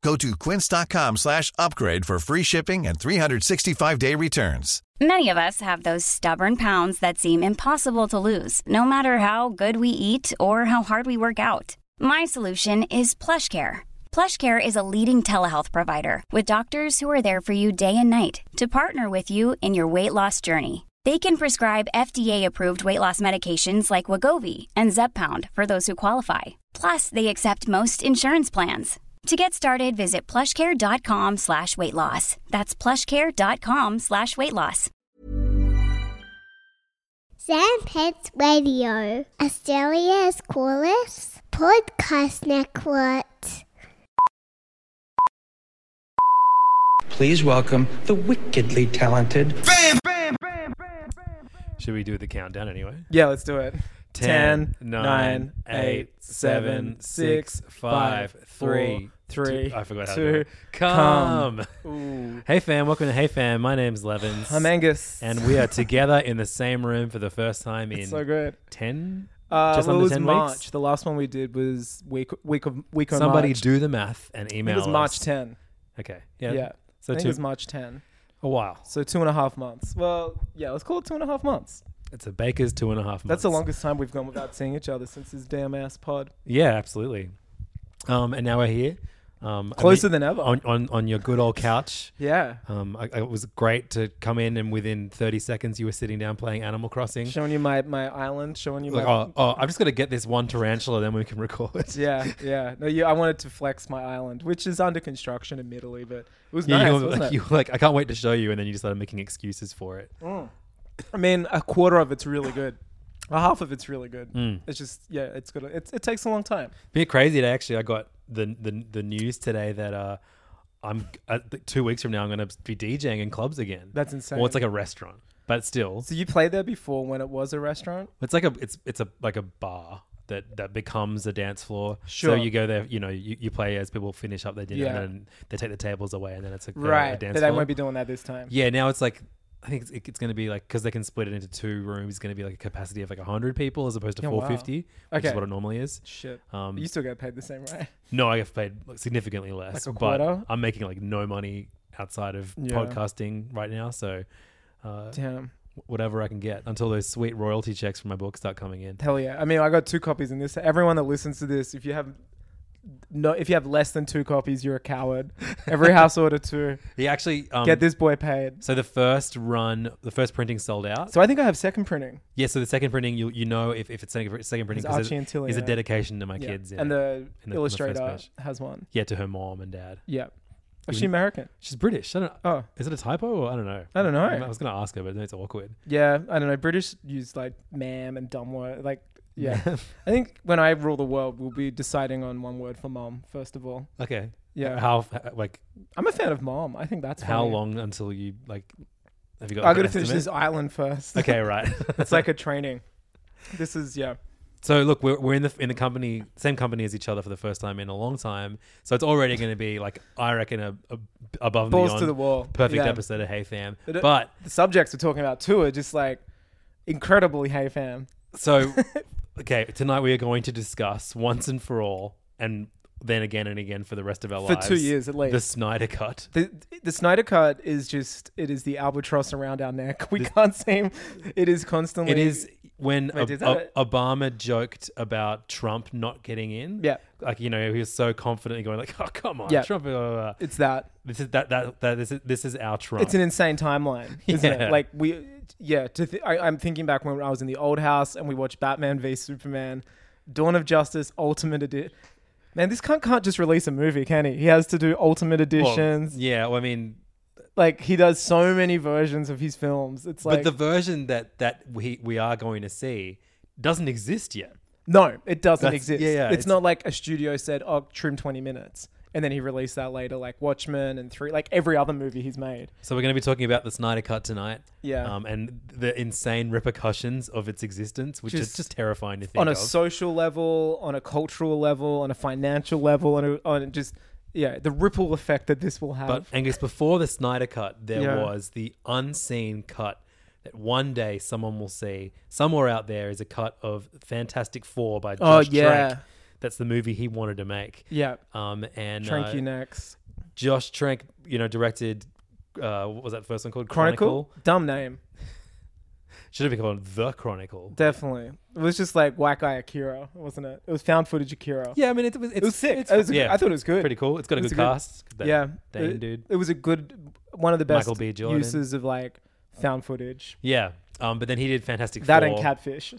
Go to quince.com slash upgrade for free shipping and 365-day returns. Many of us have those stubborn pounds that seem impossible to lose, no matter how good we eat or how hard we work out. My solution is PlushCare. PlushCare is a leading telehealth provider with doctors who are there for you day and night to partner with you in your weight loss journey. They can prescribe FDA-approved weight loss medications like Wagovi and Zepbound for those who qualify. Plus, they accept most insurance plans. To get started, visit plushcare.com slash weight loss. That's plushcare.com slash weight loss. Sam Pets Radio, Australia's coolest podcast network. Please welcome the wickedly talented. Should we do the countdown anyway? Yeah, let's do it. Ten, Ten, nine, nine, eight, eight, seven, seven, six, six, five, five, three, four, two- three, I forgot how to two, do it. Come. come. Hey fam, welcome to Hey Fam. My name's Levins. I'm Angus. And we are together in the same room for the first time in It's so good. ten. Uh, Just well, under it was 10 weeks? March. The last one we did was week week of week of Somebody March. do the math and I think email. it was March us. 10. Okay. Yeah. Yeah. So So I think two, it was March 10. a while. So two and a half months. Well, yeah, let's call it two and a half months. It's a baker's two and a half. Months. That's the longest time we've gone without seeing each other since this damn ass pod. Yeah, absolutely. Um, and now we're here. Um, I Closer mean- than ever. on, on on your good old couch. Yeah. Um, I, I- it was great to come in, and within 30 seconds, you were sitting down playing Animal Crossing. Showing you my, my island, showing you Like, my oh, oh, I've just got to get this one tarantula, then we can record. Yeah, yeah. No, you, I wanted to flex my island, which is under construction admittedly, but it was Yeah, nice. you, were wasn't like, it? you were like, I can't wait to show you, and then you just started making excuses for it. I mean, a quarter of it's really good. A half of it's really good. Mm. It's just yeah, it's good. It's, it takes a long time. bit crazy today. Actually, I got the the, the news today that uh, I'm uh, th- two weeks from now I'm going to be DJing in clubs again. That's insane. Well, it's like a restaurant, but still, So you played there before when it was a restaurant? It's like a it's it's a like a bar that that becomes a dance floor. Sure. So you go there, you know, you, you play as people finish up their dinner Yeah. and they take the tables away, and then it's a, a- a Right. dance But I floor. won't be doing that this time. yeah, now it's like. I think it's, it's going to be like because they can split it into two rooms. It's going to be like a capacity of like hundred people as opposed to Yeah, wow. 450, which is Okay. what it normally is. Shit. Um, you still get paid the same, right? No, I have paid like, significantly less, Like a but quarter? I'm making like no money outside of Yeah. podcasting right now. So uh, Damn. whatever I can get until those sweet royalty checks from my book start coming in. Hell yeah. I mean, I got two copies in this. Everyone that listens to this, if you have no, if you have less than two copies, you're a coward. Every house order two. He actually um, Get this boy paid. So the first run, the first printing sold out. So I think I have second printing. yeah, so the second printing, you you know if, if it's second, second printing It's 'cause Archie and Tilly, is a right? dedication to my Yeah. kids. yeah. And the In the- in the first illustrator page. has one. yeah, to her mom and dad. Yeah. You Is she n- American? She's British. I don't, Oh, is it a typo or I don't know? I don't know. I was going to ask her, but then it's awkward. yeah. I don't know. British use like ma'am and dumb word. Like, yeah. I think when I rule the world, we'll be deciding on one word for mom, first of all. okay. Yeah. How like I'm a fan of mom. I think that's how funny. long until you like? Have you got? I like, an gotta finish estimate? this island first. Okay, right. it's like a training. This is, yeah. so look, we're, we're in the in the company, same company as each other for the first time in a long time. So it's already going to be like I reckon a, a above and Balls beyond to the wall. perfect Yeah. episode of Hey Fam. But it- uh, but The subjects we're talking about too are just like incredibly hey fam. So, okay, tonight we are going to discuss once and for all, and then again and again for the rest of our For lives. two years at least. The Snyder Cut. The, the Snyder Cut is just, it is the albatross around our neck. We can't seem, it is constantly. It is when Wait, Ob- is that Ob- Obama joked about Trump not getting in. Yeah. Like, you know, he was so confidently going like, oh, come on, Yeah. Trump. blah, blah, blah." It's that. This is that, that, that this, is, this is our Trump. It's an insane timeline, isn't Yeah. it? Like we, yeah. To th- I, I'm thinking back when I was in the old house and we watched Batman v Superman, Dawn of Justice, Ultimate Edition. Man, this cunt can't just release a movie, can he? He has to do Ultimate Well, Editions. yeah. Well, I mean, Like he does so many versions of his films. It's but like the version that, that we, we are going to see doesn't exist yet. no, it doesn't That's- exist. yeah, yeah, it's, it's- not like a studio said, "Oh, trim 20 minutes." And then he released that later, like Watchmen and three, like every other movie he's made. So we're going to be talking about the Snyder Cut tonight. Yeah. Um, and the insane repercussions of its existence, which is Just- just terrifying to think on a of. social level, on a cultural level, on a financial level, on a, on just yeah, the ripple effect that this will have. But Angus, before the Snyder Cut, there Yeah. was the unseen cut that one day someone will see. Somewhere out there is a cut of Fantastic Four by Oh, Josh yeah. Trank. That's the movie he wanted to make. yeah, Um, and Trank uh, you next. Josh Trank, you know, directed. Uh, what was that first one called? Chronicle? dumb name, Should have been called The Chronicle. definitely. It was just like whack eye Akira, wasn't it? It was found footage Akira. Yeah, I mean, it was. It's, it was sick. It's, It was a- yeah, I thought it was good. pretty cool. It's got a It good was a good- cast. That yeah, Uh, Dane it, dude. It was a good one of the best Michael B. Jordan. uses of like found footage. Yeah. Um, but then he did Fantastic That Four. and Catfish.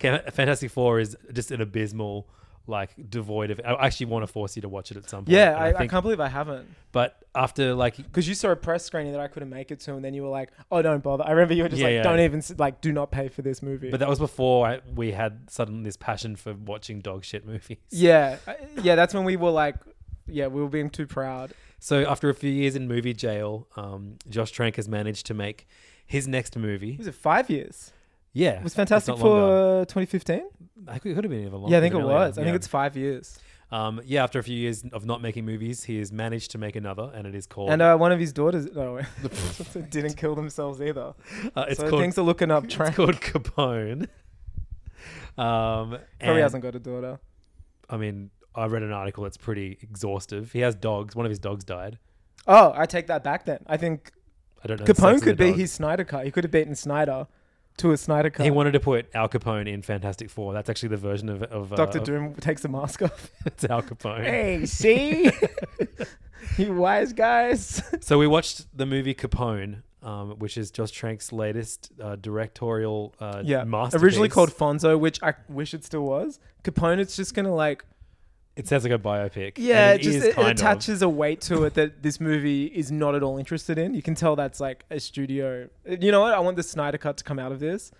Ca- Fantastic Four is just an abysmal, like devoid of. I actually want to force you to watch it at some point. Yeah, and I, I, think- can't believe I haven't. But after like, Because you saw a press screening that I couldn't make it to, and then you were like, "Oh, don't bother." I remember you were just Yeah, like, yeah. "Don't even s- like, do not pay for this movie." but that was before I, we had sudden this passion for watching dog shit movies. yeah, I- yeah, that's when we were like, "Yeah, we were being too proud." So after a few years in movie jail, um, Josh Trank has managed to make his next movie. Was it five years? Yeah, It was it's fantastic not longer. for 2015. I think it could have been even longer. Yeah, I think it even was. earlier, I think yeah. it's five years. Um, yeah, after a few years of not making movies, he has managed to make another, and it is called. And uh, one of his daughters no, didn't kill themselves either. uh, it's so called. things are looking up. it's Trank called Capone. Um, probably and- hasn't got a daughter. I mean, I read an article that's pretty exhaustive. He has dogs. One of his dogs died. Oh, I take that back then. I think I don't know. the sex Capone of could the be dog. his Snyder cut. He could have beaten Snyder to a Snyder cut. He wanted to put Al Capone in Fantastic Four. That's actually the version of, of uh, Doctor of- Doom takes the mask off. It's Al Capone. Hey, see? you wise guys. so we watched the movie Capone, um, which is Josh Trank's latest uh, directorial uh, Yeah. masterpiece. Originally called Fonzo, which I wish it still was. Capone, it's just going to like. It sounds like a biopic. Yeah, and it just is it, kind of. attaches a weight to it that this movie is not at all interested in. You can tell that's like a studio. You know what? I want the Snyder cut to come out of this.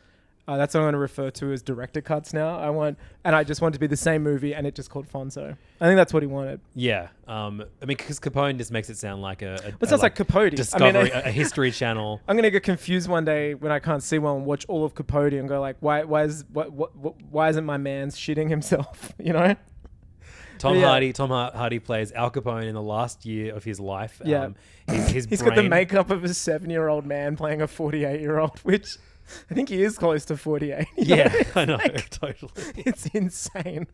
Uh, that's what I'm going to refer to as director cuts now. I want, and I just want it to be the same movie, and it just called Fonzo. I think that's what he wanted. Yeah. Um, I mean, because Capone just makes it sound like a. a It sounds like, Capote. Discovery, I mean, I- a, a History Channel. I'm gonna get confused one day when I can't see one and watch all of Capote and go like, why, why is, what, what, what- why isn't my man's shitting himself? You know? Tom Yeah. Hardy. Tom Har- Hardy plays Al Capone in the last year of his life. Yeah. Um, his, his he's got the brain- makeup of a seven-year-old man playing a forty-eight-year-old, which I think he is close to forty-eight. you know? Yeah, I know totally. it's insane.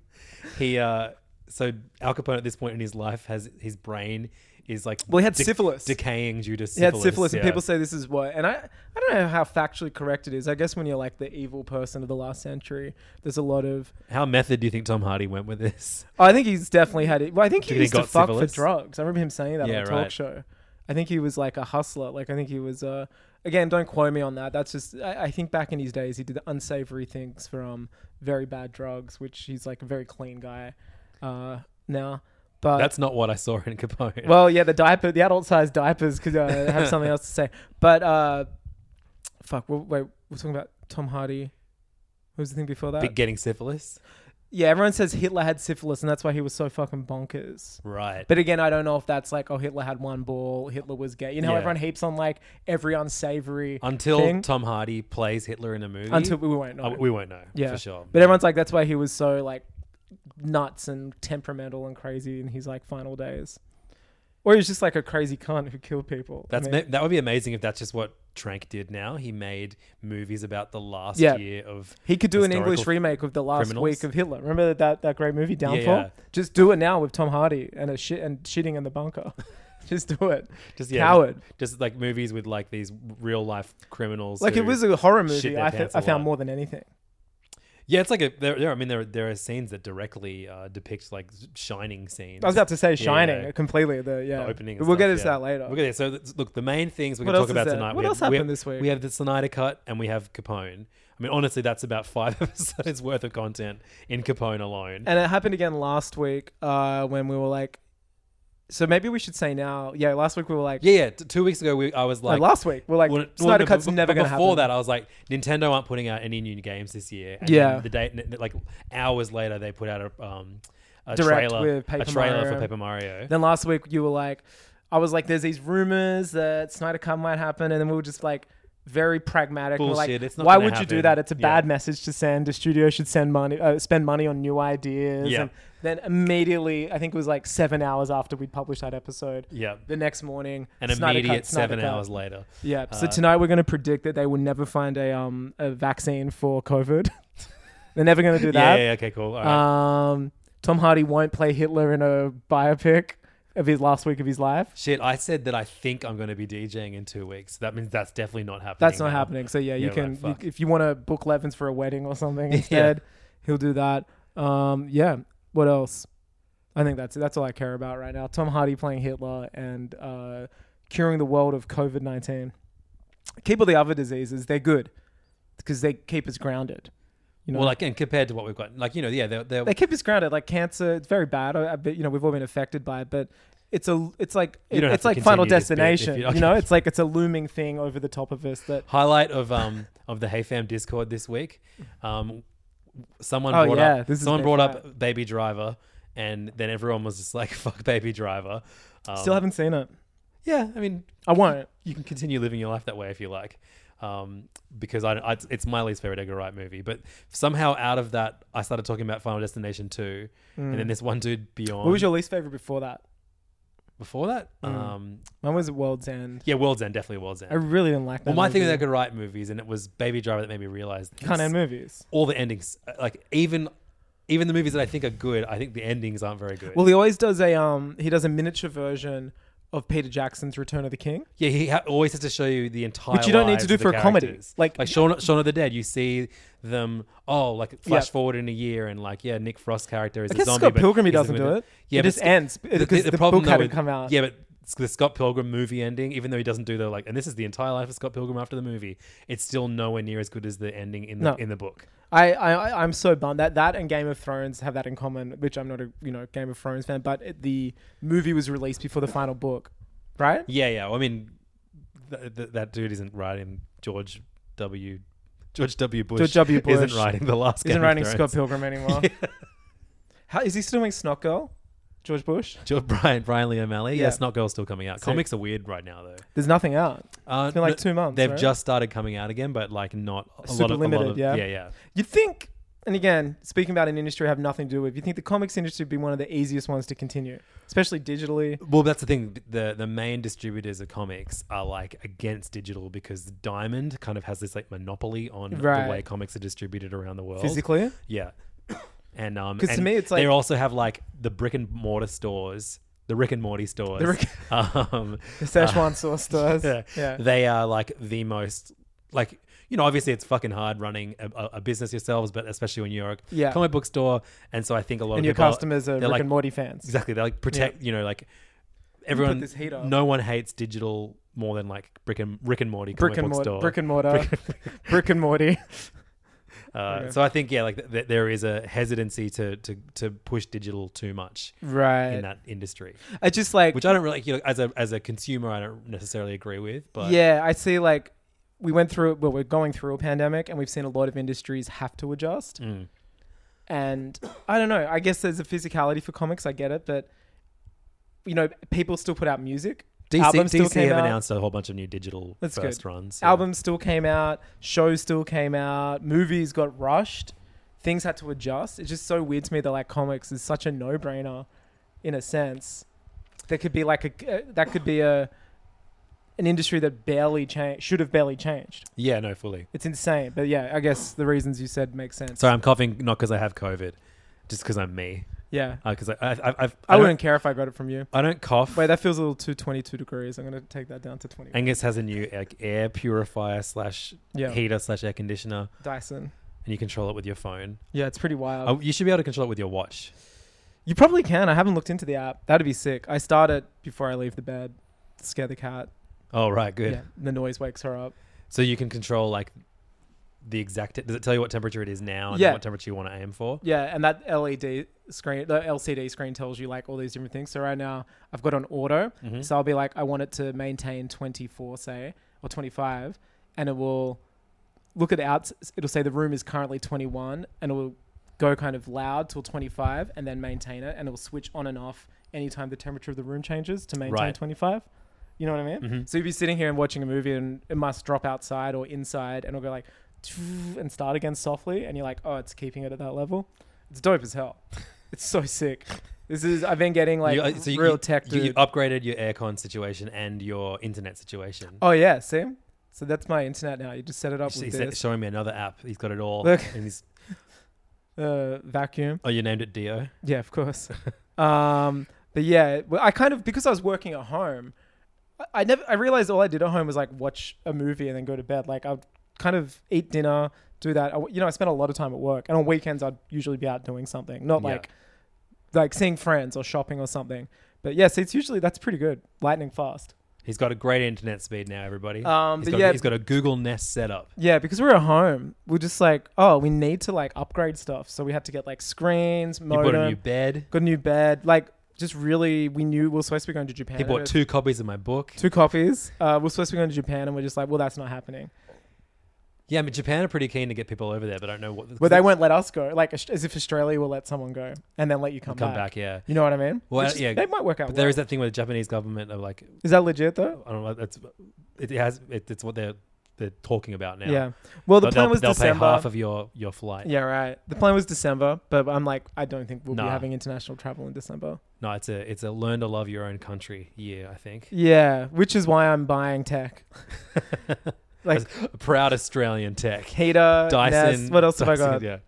He uh, so Al Capone at this point in his life has his brain is like Well, he had syphilis. decaying due to syphilis. He had syphilis, and yeah. people say this is what. And I, I don't know how factually correct it is. I guess when you're like the evil person of the last century, there's a lot of. "How method do you think Tom Hardy went with this?" Oh, I think he's definitely had it. Well, I think Did he he used to got fuck syphilis? for drugs. I remember him saying that Yeah, on a right. talk show. I think he was like a hustler. Like I think he was. Uh, again, don't quote me on that. That's just. I, I think back in his days, he did unsavory things for um very bad drugs, which he's like a very clean guy uh, now. But That's not what I saw in Capone. Uh, well, yeah, the diaper, the adult size diapers, because I have something else to say. But uh, fuck, we wait, we're talking about Tom Hardy. What was the thing before that? But getting syphilis, yeah, everyone says Hitler had syphilis, and that's why he was so fucking bonkers. right? But again, I don't know if that's like, oh, Hitler had one ball, Hitler was gay. You know, how Yeah. everyone heaps on like every unsavory Until thing? Tom Hardy plays Hitler in a movie, until we won't know. Uh, we won't know yeah, for sure. But everyone's like, that's why he was so like nuts and temperamental and crazy in his like final days, or he was just like a crazy cunt who killed people. I That's mean, ma- that would be amazing if that's just what Trank did. Now he made movies about the last Yeah. year of He could do an English historical- remake of the last criminals. week of Hitler. Remember that that great movie Downfall? yeah. Just do it now with Tom Hardy and a shit and shitting in the bunker. Just do it. just Coward. just like movies with like these real life criminals. Like it who- was a horror shit movie. their I, th- pants a I found lot. more than anything. Yeah, it's like a there. there I mean, there there are scenes that directly uh, depict like shining scenes. I was about to say yeah. Shining completely. The yeah the opening. But and we'll stuff, get into yeah. that later. We'll get there. So that's- look, the main things we're What going to else talk is about there? tonight. What we else have, we happened have- this week? We have the Snyder Cut and we have Capone. I mean, honestly, that's about five episodes worth of content in Capone alone. and it happened again last week uh, when we were like, so maybe we should say now. Yeah, last week we were like, yeah, yeah. T- two weeks ago, we, I was no, like, last week we're like, Well, well, Snyder no, Cut's but- never but going to happen. Before that, I was like, Nintendo aren't putting out any new games this year. And Yeah. then The day, n- like hours later, they put out a um, a Direct trailer, with Paper a trailer Mario. for Paper Mario. Then last week you were like, I was like, there's these rumors that Snyder Cut might happen, and then we were just like, very pragmatic. We're like, Bullshit, it's not why gonna would you do happen." that? It's a Yeah. bad message to send. The studio should send money, uh, spend money on new ideas. Yeah. And then immediately, I think it was like seven hours after we published that episode. yeah, The next morning, an Snyder immediate Cut, Snyder seven Cut. hours later. Yeah. so Uh, tonight we're going to predict that they will never find a um a vaccine for COVID. They're never going to do Yeah, that. yeah, yeah, okay, cool. All right. Um, Tom Hardy won't play Hitler in a biopic of his last week of his life. Shit, I said that I think I'm going to be DJing in two weeks. That means that's definitely not happening. That's not now. happening. So yeah, you Yeah, can right, fuck. you, if you want to book Levins for a wedding or something instead, he'll do that. Um, yeah. What else? I think that's that's all I care about right now. Tom Hardy playing Hitler and uh, curing the world of COVID nineteen. Keep all the other diseases. They're good because they keep us grounded. You know, Well, like, and compared to what we've got, like, you know, yeah, they're, they're, they keep us grounded. Like cancer, it's very bad. I, I bet you know we've all been affected by it, but it's a it's like You don't have it's to like Final continue this bit if Destination. you- You, okay. know, it's like it's a looming thing over the top of us that. highlight of um of the Hey Fam Discord this week. Um, someone Oh, brought yeah, up this is someone big brought up Baby Driver, and then everyone was just like, "Fuck Baby Driver." Um, Still haven't seen it. yeah. I mean, I won't. you can continue living your life that way if you like, um, because I, I it's my least favorite Edgar Wright movie. But somehow out of that, I started talking about Final Destination two, and then this one dude Beyond. Mm. What was your least favorite before that? before that? Um, Mine was World's End. yeah, World's End definitely World's End. I really didn't like that. well, my thing with movie. Edgar Wright movies, and it was Baby Driver that made me realize can't end movies. all the endings uh, like even even the movies that I think are good, I think the endings aren't very good. Well, he always does a um. He does a miniature version of Peter Jackson's Return of the King. yeah, he ha- always has to show you the entire, Which you don't need lives to do of the for a comedy. characters. Like- like Shaun, Shaun of the Dead, you see them. Oh, like flash forward in a year, and like yeah, Nick Frost's character is I a guess zombie. Scott but Pilgrim he he's a doesn't do mid- it. Yeah, it but just Sc- ends because the, book though hadn't with- come out. Yeah, but s- the Scott Pilgrim movie ending, even though he doesn't do the like, and this is the entire life of Scott Pilgrim after the movie, it's still nowhere near as good as the ending in the No. in the book. I, I I- I'm so bummed that that and Game of Thrones have that in common, which I'm not a you know Game of Thrones fan, but it, the movie was released before the final book, right? Yeah, yeah. Well, I mean, th- th- that dude isn't writing George W. George W. Bush. George W. Bush. isn't writing the last. Isn't Game writing of Scott Thrones. Pilgrim anymore? How is he still doing Snot Girl? George Bush? George Brian Brian Lee O'Malley. Yeah. Yeah, Snot Girl's still coming out. Comics are weird right now though. There's nothing out. Uh, It's been like two months, They've right? just started coming out again, but like not a Super lot of A limited, lot of, yeah. yeah, yeah. You'd think, and again, speaking about an industry I have nothing to do with, you think the comics industry would be one of the easiest ones to continue, especially digitally. Well, that's the thing. The the main distributors of comics are like against digital because Diamond kind of has this like monopoly on Right. the way comics are distributed around the world. Physically? Yeah. And um 'Cause to and me it's they like- also have like the brick and mortar stores, the Rick and Morty stores. The Rick- um The Szechuan sauce does. yeah, Yeah. They are like the most like you know, obviously it's fucking hard running a, a, a business yourselves, but especially when you're a Yeah. comic book store. And so I think a lot And of your people are- customers are they're Rick like- and Morty fans. Exactly. They like protect you know, like everyone this heat up. no one hates digital more than like brick and Rick and Morty comic Brick and, book mor- store. brick and mortar. brick and Morty. Uh, Okay. So I think yeah, like th- th- there is a hesitancy to to to push digital too much in Right. that industry, I just like. which I don't really you know, as a as a consumer I don't necessarily agree with. But yeah, I see like we went through, well, we're going through a pandemic and we've seen a lot of industries have to adjust. Mm. and I don't know. I guess there's a physicality for comics. I get it, but you know, people still put out music. DC, Albums still DC came have out. announced a whole bunch of new digital That's good. first runs. yeah. Albums still came out. Shows still came out. Movies got rushed. Things had to adjust. It's just so weird to me that like comics is such a no-brainer, in a sense. There could be like a uh, that could be a an industry that barely changed should have barely changed. Yeah, no, fully. It's insane, but yeah, I guess the reasons you said make sense. Sorry, I'm coughing not because I have COVID, just because I'm me. Yeah, Because I, I, I, I've, I, don't- wouldn't care if I got it from you. I don't cough. Wait, that feels a little too 22 degrees. I'm gonna take that down to 20. Angus has a new like air purifier slash Yeah. heater slash air conditioner, Dyson. and you control it with your phone. Yeah, it's pretty wild. Oh, you should be able to control it with your watch. you probably can. I haven't looked into the app. That'd be sick. I start it before I leave the bed. Scare the cat. Oh right, good. Yeah, the noise wakes her up. So you can control like the exact. Does it tell you what temperature it is now and Yeah. what temperature you want to aim for? Yeah, and that LED screen, the LCD screen tells you like all these different things. So right now I've got on auto. So I'll be like, I want it to maintain 24, say, or 25, and it will look at out. It'll say the room is currently 21, and it will go kind of loud till 25 and then maintain it, and it will switch on and off anytime the temperature of the room changes to maintain Right. 25. You know what I mean? So you'd be sitting here and watching a movie, and it must drop outside or inside, and it'll go like and start again softly, and you're like, oh, it's keeping it at that level. It's dope as hell. It's so sick. This is I've been getting like You- uh, so you- real you- tech. You, you dude. upgraded your aircon situation and your internet situation. Oh yeah, see? So that's my internet now. You just set it up He's- with he's this showing me another app. He's got it all. Look. And he's, uh, vacuum. oh, you named it Dio. Yeah, of course. um, but yeah, well, I kind of because I was working at home, I, I never I realized all I did at home was like watch a movie and then go to bed. Like I'd kind of eat dinner, do that. I w you know, I spent a lot of time at work, and on weekends I'd usually be out doing something, not Yeah. like like seeing friends or shopping or something. But yes, it's usually that's pretty good, lightning fast. He's got a great internet speed now, everybody. Um, He's but got, yeah- he's got a Google Nest setup. Yeah, because we were at home, we're just like, oh, we need to like upgrade stuff. So we had to get like screens, He modem, bought a new bed. got a new bed. Like, just really, we knew we were supposed to be going to Japan. He bought two copies of my book. two copies. Uh, we we're supposed to be going to Japan, and we're just like, well, that's not happening. Yeah, I mean, Japan are pretty keen to get people over there, but I don't know what. But they won't let us go. Like, as as if Australia will let someone go and then let you come, come back. yeah. You know what I mean? Well, Which is- yeah. they might work out. But well. there is that thing with the Japanese government of like, Is that legit though? I don't know. That's it has. It, it's what they're they're talking about now. Yeah. Well, the But plan they'll, was they'll December. pay half of your your flight. yeah, right. The plan was December, but I'm like, I don't think we'll Nah. be having international travel in December. No, it's a it's a learn to love your own country year. I think. Yeah, which is why I'm buying tech. like Proud Australian tech. Hater, Dyson. Nest, uh, What else have I Dyson, got? Yeah.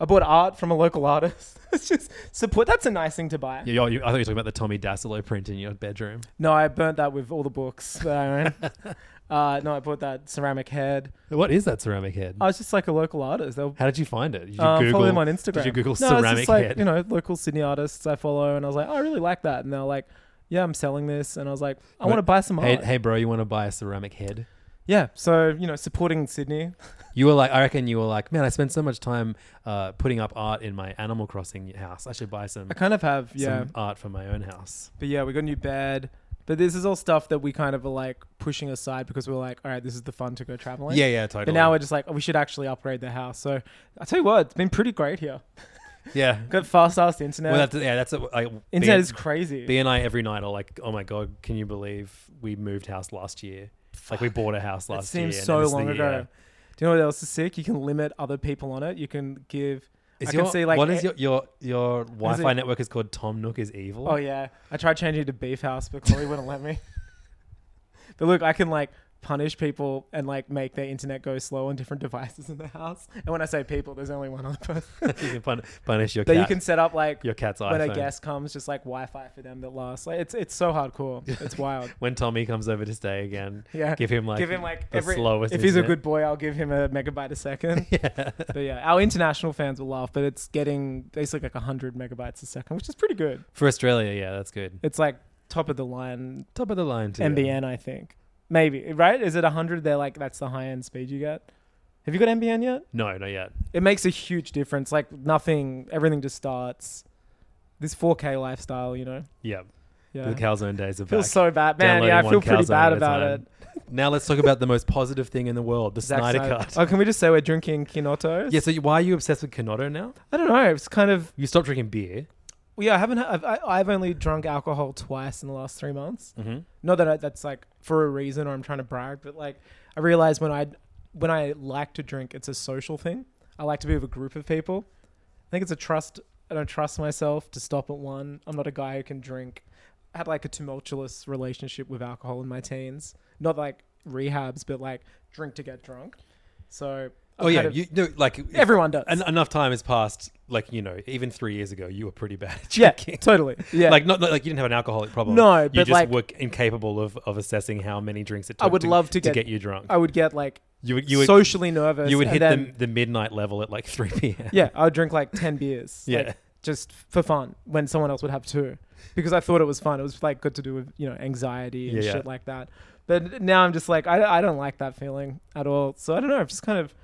I bought art from a local artist. it's just support. That's a nice thing to buy. Yeah, you- I thought you were talking about the Tommy Dassolo print in your bedroom. No, I burnt that with all the books that I own. uh, no, I bought that ceramic head. What is that ceramic head? I was just like a local artist. They'll How did you find it? Did you uh, Google follow them on Instagram. Did you Google no, it's ceramic just like, head? You know, local Sydney artists I follow, and I was like, oh, I really like that. And they're like, Yeah, I'm selling this, and I was like, I Wait, want to buy some hey, art. hey, bro, you want to buy a ceramic head? Yeah, so you know, supporting Sydney. You were like, I reckon you were like, man, I spend so much time uh, putting up art in my Animal Crossing house. I should buy some, I kind of have yeah. some art for my own house. But yeah, we got a new bed. But this is all stuff that we kind of are like pushing aside because we're like, all right, this is the fun to go traveling. Yeah, yeah, totally. But now we're just like, oh, we should actually upgrade the house. So I tell you what, it's been pretty great here. yeah. Got fast ass internet. Well, that's, yeah, that's what I- internet B- is crazy. B and I every night are like, oh my god, can you believe we moved house last year? Like we bought a house it last year. seems and so this is the long year. ago. Do you know what else is sick? You can limit other people on it. You can give. Is I your, can see like. what is eh, your your your Wi-Fi it- network is called Tom Nook is evil. Oh yeah, I tried changing it to Beef House, but Chloe wouldn't let me. But look, I can like punish people and like make their internet go slow on different devices in the house. And when I say people, there's only one other person. you can pun- punish your But cat. you can set up like your cat's when iPhone. a guest comes, just like Wi-Fi for them that lasts. Like it's it's so hardcore. It's wild. when Tommy comes over to stay again, Yeah. give him like give him like the every slowest. if he's a internet. good boy, I'll give him a megabyte a second. yeah. but yeah, our international fans will laugh, but it's getting basically like hundred megabytes a second, which is pretty good. For Australia, yeah, that's good. It's like top of the line Top of the line too. MBN, I think. Maybe right? Is it hundred? They're like that's the high end speed you get. Have you got MBN yet? No, not yet. It makes a huge difference. Like nothing, everything just starts. This 4K lifestyle, you know. Yeah. Yeah. The calzone days are Feels back. so bad, man. Downloading Yeah, I feel one pretty calzone bad at a about time. it. Now let's talk about the most positive thing in the world, the Zack Snyder Snyder. Cut. Oh, can we just say we're drinking Kinotos? Yeah, so you- why are you obsessed with Canotto now? I don't know. It's kind of You stopped drinking beer. well, yeah. I haven't. I've, I, I've only drunk alcohol twice in the last three months. Mm-hmm. Not that I, that's like for a reason or I'm trying to brag, but like I realize when I when I like to drink, it's a social thing. I like to be with a group of people. I think it's a trust. I don't trust myself to stop at one. I'm not a guy who can drink. I had like a tumultuous relationship with alcohol in my teens. Not like rehabs, but like drink to get drunk. So I've oh yeah, kind of- you no, like if- everyone does. en- enough time has passed. Like you know, even three years ago, you were pretty bad at yeah, drinking. totally. Yeah, Like not, not like you didn't have an alcoholic problem. No, you but, just like- were incapable of, of assessing how many drinks it took. I would love to get- to get you drunk. I would get like you would you would socially nervous. you would and hit then, the, the midnight level at like three p.m. Yeah, I would drink like ten beers. like, Yeah. just for fun when someone else would have two, because I thought it was fun. It was like good to do with you know anxiety and Yeah, yeah. shit like that. But now I'm just like I, I don't like that feeling at all. So I don't know. I've just kind of,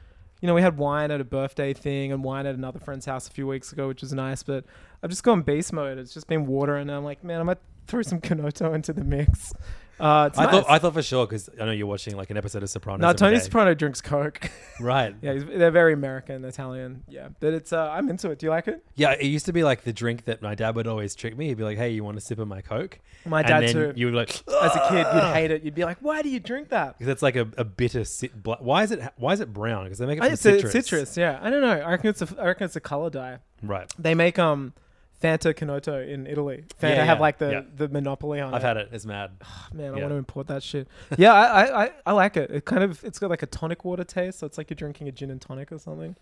you know, we had wine at a birthday thing and wine at another friend's house a few weeks ago, which was nice. But I've just gone beast mode. It's just been water, and I'm like, man, I might throw some Kanoto into the mix. Uh, it's I nice. thought I thought for sure because I know you're watching like an episode of Sopranos. no, every Tony day. Soprano drinks Coke. Right. yeah, he's, they're very American, Italian. Yeah, but it's uh, I'm into it. Do you like it? Yeah, it used to be like the drink that my dad would always trick me. He'd be like, "Hey, you want a sip of my Coke?" My And dad then too. You Ah. were like, As a kid, you'd hate it. You'd be like, why do you drink that? because it's like a, a bitter. Sit, bla- why is it? Why is it brown? Because they make it I- from It's a- citrus. citrus. yeah. I don't know. I reckon it's a, I reckon it's a color dye. Right. They make um Fanta Canotto in Italy. Fanta Yeah, have yeah, like the, yeah. the monopoly on I've it. had it. It's mad. Man, I yeah. want to import that shit. yeah, I, I, I, I like it. It kind of it's got like a tonic water taste, so it's like you're drinking a gin and tonic or something.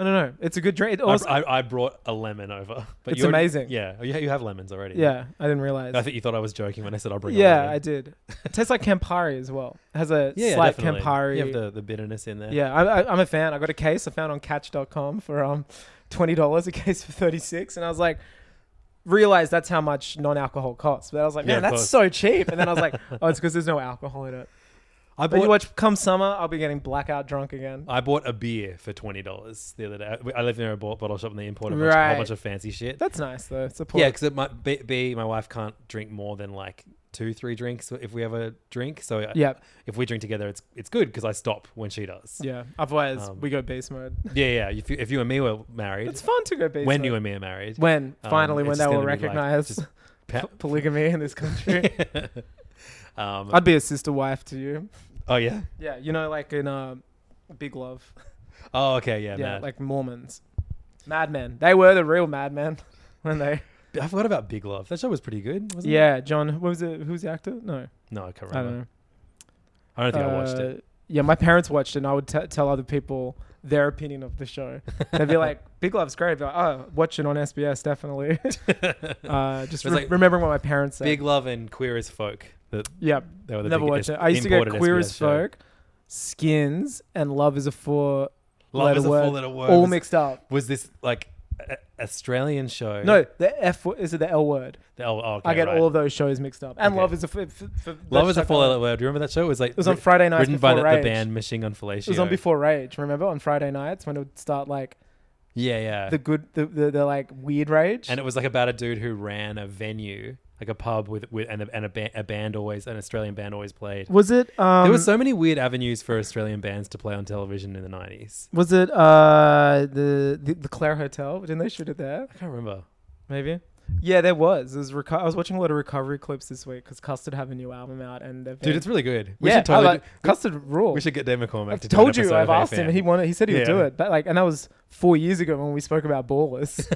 I don't know. It's a good drink. It I, also, I, I brought a lemon over. But It's you already- amazing. Yeah. Oh, You, you have lemons already. yeah, I didn't realize. I think you thought I was joking when I said I'll bring. a yeah, lemon. I did. It tastes like Campari as well. It has a Yeah, slight definitely. Campari. You have the, the bitterness in there. Yeah, I, I, I'm a fan. I got a case I found on Catch.com for um twenty dollars a case for thirty six, and I was like, realized that's how much non-alcohol costs. But I was like, Yeah, man, of course. that's so cheap. And then I was like, oh, it's because there's no alcohol in it. I But you bought. Oh, watch, come summer, I'll be getting blackout drunk again. I bought a beer for twenty dollars the other day. I I live near a bo- bottle shop and they import a, bunch, a Right. whole bunch of fancy shit. That's nice though. It's a Yeah, port. because it might be, be my wife can't drink more than like two, three drinks if we ever drink. So I- Yep. if we drink together, it's it's good because I stop when she does. yeah. Otherwise, Um, we go beast mode. yeah, yeah. If you, if you and me were married, It's fun to go beast. when mode. you and me are married, when um, finally it's when they just will gonna be like recognize just pa- p- polygamy in this country. um, I'd be a sister wife to you. oh yeah. Yeah, you know, like in uh, Big Love. Oh okay, yeah, yeah, man. like Mormons, madmen. They were the real madmen when they. I forgot about Big Love. That show was pretty good. Wasn't It? Yeah, John. What was it? Who's the actor? No, No, I can't I don't remember. know. I don't, think I watched it. Uh, Yeah, my parents watched it, and I would t- tell other people their opinion of the show. They'd be like, "Big Love's great." I'd be like, "Oh, watch it on SBS, definitely." uh, It's just re- like remembering what my parents said. Big Love and Queer as Folk. The, yeah, they were the never big watched S- it. I used to get imported Queer SBS as show. Folk, Skins, and Love is a four. Love letter is a word, four-letter word. all Was- mixed up. Was this like a- Australian show? No, the F wo- is it the L word? The- oh, oh, okay, I get right. all of those shows mixed up. And Okay. Love is a f- f- f- Love is a that's four like- letter word. Do you remember that show? It was like it was on Friday nights Written by the, before the Rage. band Missing on Fellatio. It was on before Rage, remember? On Friday nights when it would start like Yeah, yeah. the good, the, the, the like weird Rage. and it was like about a dude who ran a venue, like a pub with with and a, and a, ba- a band always an Australian band always played. was it, um, there were so many weird avenues for Australian bands to play on television in the nineties. was it, uh, the, the, the Clare Hotel? Didn't they shoot it there? I can't remember. Maybe. Yeah, there was. It was reco- I was watching a lot of recovery clips this week because Custard have a new album out and they've Dude, been- it's really good. yeah, should totally I like, do- we- Custard rule. We should get Dave McCormack. I've to do an told you. episode of I've asked AFM. him. He wanted. He said he would do Yeah. it, but like, and that was four years ago when we spoke about ballers.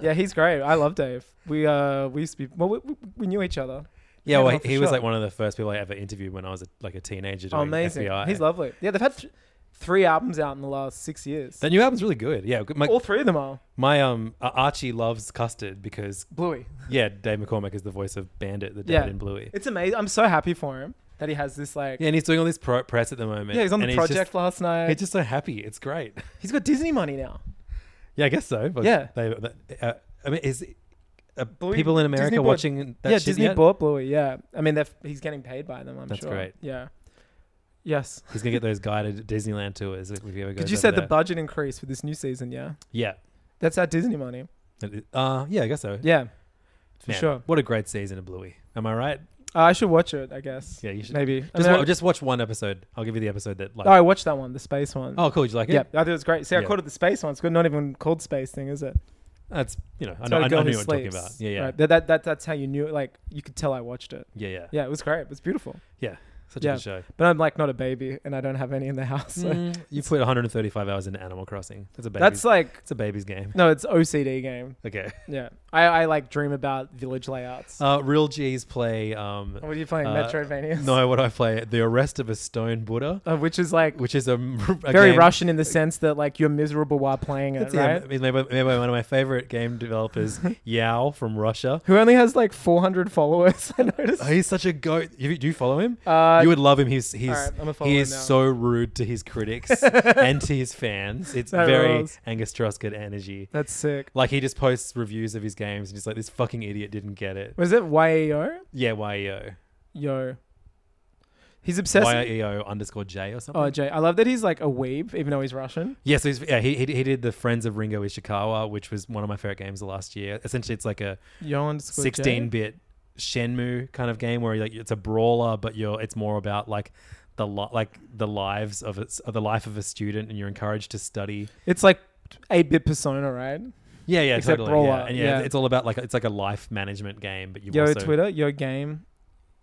yeah, he's great. I love Dave. We uh, we used to be well, we, we- we knew each other. yeah, Yeah, well, no, he, for he was sure. like one of the first people I ever interviewed when I was a, like a teenager. Doing Oh, Amazing. FBI. He's lovely. Yeah, they've had th- three albums out in the last six years. that new album's really good. Yeah, my, All three of them are my um Ar- Archie loves custard because Bluey. yeah, Dave McCormack is the voice of Bandit, the dad Yeah. in Bluey. It's amazing. I'm so happy for him that he has this like. Yeah, Yeah, and he's doing all this pro- press at the moment. he's on the and project He's just, last night. he's just so happy. It's great. he's got Disney money now. yeah, I guess so. But Yeah. They, they- uh, I mean, is uh, Bluey- people in Disney America bought- watching that yeah, shit Disney yet? bought Bluey. Yeah, I mean, they've- he's getting paid by them. I'm That's sure. great. Yeah. Yes. He's gonna get those guided Disneyland tours if he ever goes. Because you over said the there. budget increase for this new season, yeah? yeah. That's our Disney money. That is- Uh, yeah, I guess so. Yeah, for Man, sure. What a great season of Bluey. Am I right? Uh, I should watch it, I guess. Yeah, you should. Maybe. I Just, mean, wa- I- just watch one episode. I'll give you the episode that like. oh, I watched that one, the space one. oh, cool. Did you like it? yeah. I thought it was great. See, I Yeah. called it the space one. It's good. Not even called space thing, is it? That's you know. I It's know. I, about a I girl know who what you're talking about. sleeps. Yeah, yeah, Right. That, that, that, that's how you knew it. Like, you could tell I watched it. yeah, yeah, Yeah, it was great. It was beautiful. yeah. Such Yeah. a good show. But I'm like not a baby and I don't have any in the house. So. Mm, you put 135 hours into Animal Crossing. That's a baby. That's like, it's a baby's game. no, it's OCD game. Okay. Yeah. I, I like dream about village layouts. Uh, Real G's play. Um, what are you playing? uh, Metrovania? no, what do I play? The Arrest of a Stone Buddha, Uh, which is like which is a, a very game- Russian in the sense that like you're miserable while playing it, That's right? him. Made by- made by one of my favorite game developers, Yao from Russia. Who only has like 400 followers? I noticed. Oh, he's such a goat. You, do you follow him? Uh, you would love him. He's he's alright, I'm gonna follow he him is now. so rude to his critics and to his fans. It's That very rules. Angus Truscott energy. That's sick. Like he just posts reviews of his games and he's like, "This fucking idiot didn't get it." Was it YEO? Yeah, E YEO, Yo. He's obsessed. YEO E underscore J or something. oh, Jay. I love that he's like a weeb, even though he's Russian. Yeah, so he's, yeah, he, he he did the Friends of Ringo Ishikawa, which was one of my favorite games last year. Essentially, it's like a Yo underscore Jay. 16 bit Shenmue kind of game where like it's a brawler, but you're it's more about like the li- like the lives of it's of the life of a student, and you're encouraged to study. It's like 8 bit persona, right? Yeah, yeah, Except totally. brawler, yeah. And yeah, yeah. it's all about like it's like a life management game, but you Yo, also Twitter, yo, game.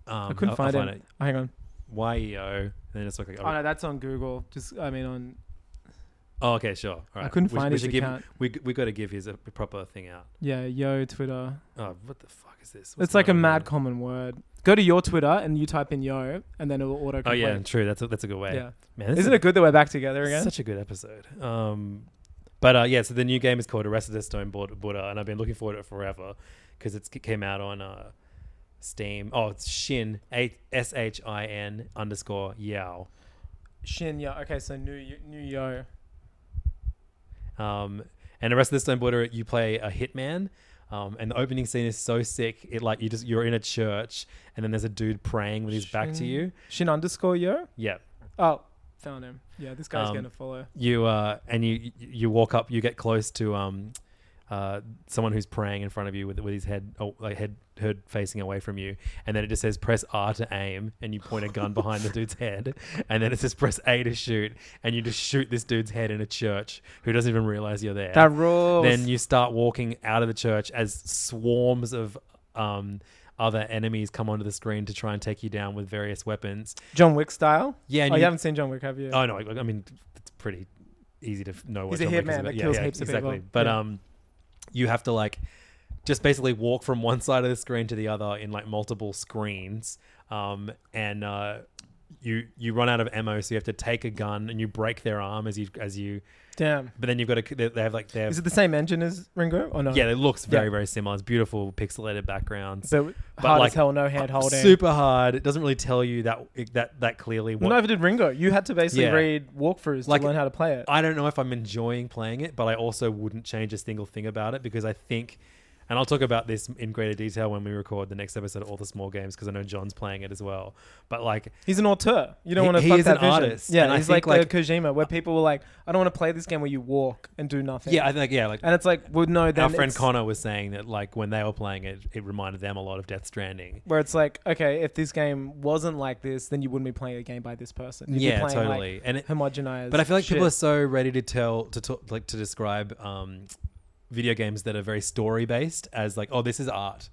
Um, I couldn't I'll- find, I'll it. Oh, hang on. YEO. E And then it's like, like Oh, no, that's on Google. Just, I mean, on. oh, okay, sure. All right. couldn't we, find we his should give, account. We we got to give his a proper thing out. Yeah, yo, Twitter. Oh, what the fuck is this? it's like a mad common word. Go to your Twitter and you type in yo, and then it will auto Oh yeah, true. That's a, that's a good way. Yeah. Man, this Isn't is it good that we're back together again? Such a good episode. Um, but uh, yeah, so the new game is called Arrested Stone Bud- Buddha, and I've been looking forward to it forever because it came out on uh, Steam. Oh, it's Shin S H I N underscore Yao. Shin, yeah. Okay, so new, y- new yo. Um, and Arrested Stone Buddha, you play a hitman. Um, and the opening scene is so sick. It like you just you're in a church, and then there's a dude praying with his back to Shin- you. Shin underscore yo? Yeah, Oh, found him. Yeah, this guy's Um, going to follow. you uh, and you you walk up, you get close to um, uh, someone who's praying in front of you with with his head oh, like head head facing away from you, and then it just says press R to aim, and you point a gun behind the dude's head, and then it says press A to shoot, and you just shoot this dude's head in a church who doesn't even realize you're there. That rules. then you start walking out of the church as swarms of um, other enemies come onto the screen to try and take you down with various weapons. John Wick style? Yeah, and oh, you, you- haven't seen John Wick, have you? Oh no, I I mean it's pretty easy to f- know what He's a John Wick is hitman about. that Yeah, kills yeah, heaps of exactly. people. But Yeah. um, you have to like just basically walk from one side of the screen to the other in like multiple screens. Um, and uh, you you run out of ammo, so you have to take a gun and you break their arm as you as you. Damn. But then you've got to they, they have like they have, Is it the same engine as Ringo or no? yeah, it looks very Yeah. very similar. It's beautiful pixelated backgrounds. So But, hard like, as hell, no hand uh, holding. Super hard. It doesn't really tell you that that that clearly what Neither did Ringo. You had to basically Yeah. read walkthroughs Like- uh, to learn how to play it. I don't know if I'm enjoying playing it, but I also wouldn't change a single thing about it because I think, and I'll talk about this in greater detail when we record the next episode of all the small games because I know John's playing it as well. But like, He's an auteur. You don't He- want to he fuck is that an vision. artist, Yeah, and I he's think, like, like- uh, the Kojima, where people were like, "I don't want to play this game where you walk and do nothing." yeah, I think yeah, like and it's like, well, no, then our friend it's- Connor was saying that like when they were playing it, it reminded them a lot of Death Stranding. where it's like, okay, if this game wasn't like this, then you wouldn't be playing a game by this person. You'd be yeah, playing, like, totally. and it, homogenized. but I feel like people are shit. so ready to tell to talk, like to describe um, video games that are very story based as like, oh, this is art.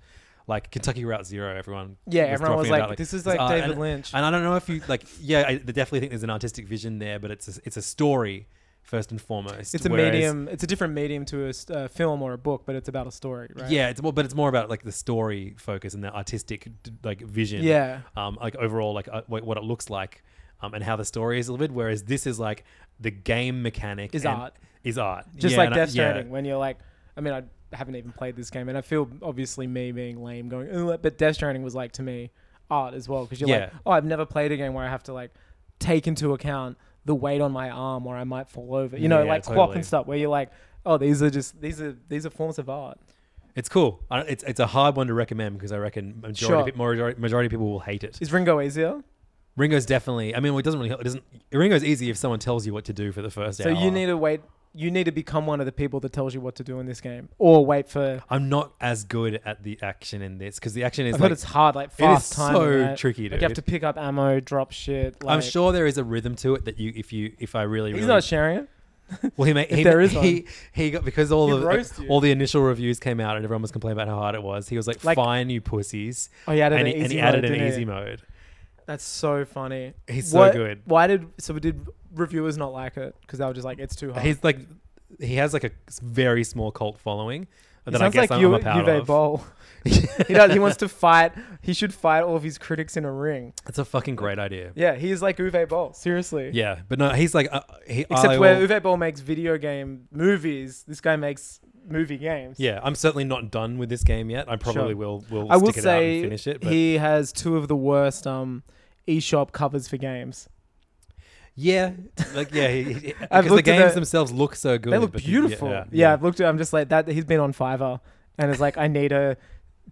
Like Kentucky Route Zero, everyone. Yeah, everyone was dropping like, about, "This is it's like art," David and- Lynch. And I don't know if you like, yeah, I definitely think there's an artistic vision there, but it's a, it's a story first and foremost. It's a whereas- medium. It's a different medium to a s- uh, film or a book, but it's about a story, right? Yeah, it's more, but it's more about like the story focus and the artistic d- like vision. Yeah. um, like overall, like uh, wh- what it looks like, um, and how the story is delivered. Whereas this is like the game mechanic Is and- art. Is art just Yeah, like and I- Death yeah. Stranding when you're like, I mean, I haven't even played this game, and I feel obviously me being lame going, "Ugh," but Death Stranding was like to me art as well because you're like, Yeah. oh, I've never played a game where I have to like take into account the weight on my arm or I might fall over, you know, Yeah, like totally. clock and stuff, where you're like, oh, these are just these are these are forms of art. It's cool. I, it's it's a hard one to recommend because I reckon majority Sure. of pe- majority, majority of people will hate it. Is Ringo easier? Ringo's definitely. I mean, well, it doesn't really. help- It doesn't. Ringo's easy if someone tells you what to do for the first So hour. you need to wait. You need to become one of the people that tells you what to do in this game, or wait for. I'm not as good at the action in this because the action is I like bet it's hard, like it is fast time. so tricky, Like you have dude. to pick up ammo, drop shit. Like, I'm sure there is a rhythm to it that you, if you, if I really, he's really, not sharing it. well, he, ma- he, there is he, he got because all He'd of roast you. all the initial reviews came out and everyone was complaining about how hard it was. He was like, Like- "Fine, you pussies," Oh, he added and an he, and easy he added mode, an didn't easy he? mode. That's so funny. He's so What- good. Why did so? Did reviewers not like it because they were just like it's too hard? He's like, he has like a s- very small cult following He that I guess I'm, Yu- I'm a part Uwe of. Boll. he does. He wants to fight. He should fight all of his critics in a ring. That's a fucking great idea. Yeah, he is like Uwe Boll. Seriously. Yeah, but no, he's like, uh, he, Except I where will- Uwe Boll makes video game movies, this guy makes movie games. yeah, I'm certainly not done with this game yet. I probably Sure. will. Will I will stick it out and say finish it. But he has two of the worst um eShop covers for games. yeah, like yeah, he, he, I've because the looked at games the- themselves look so good. They look but the- beautiful. Yeah, I've looked at. I'm just like that. He's been on Fiverr, and it's like I need a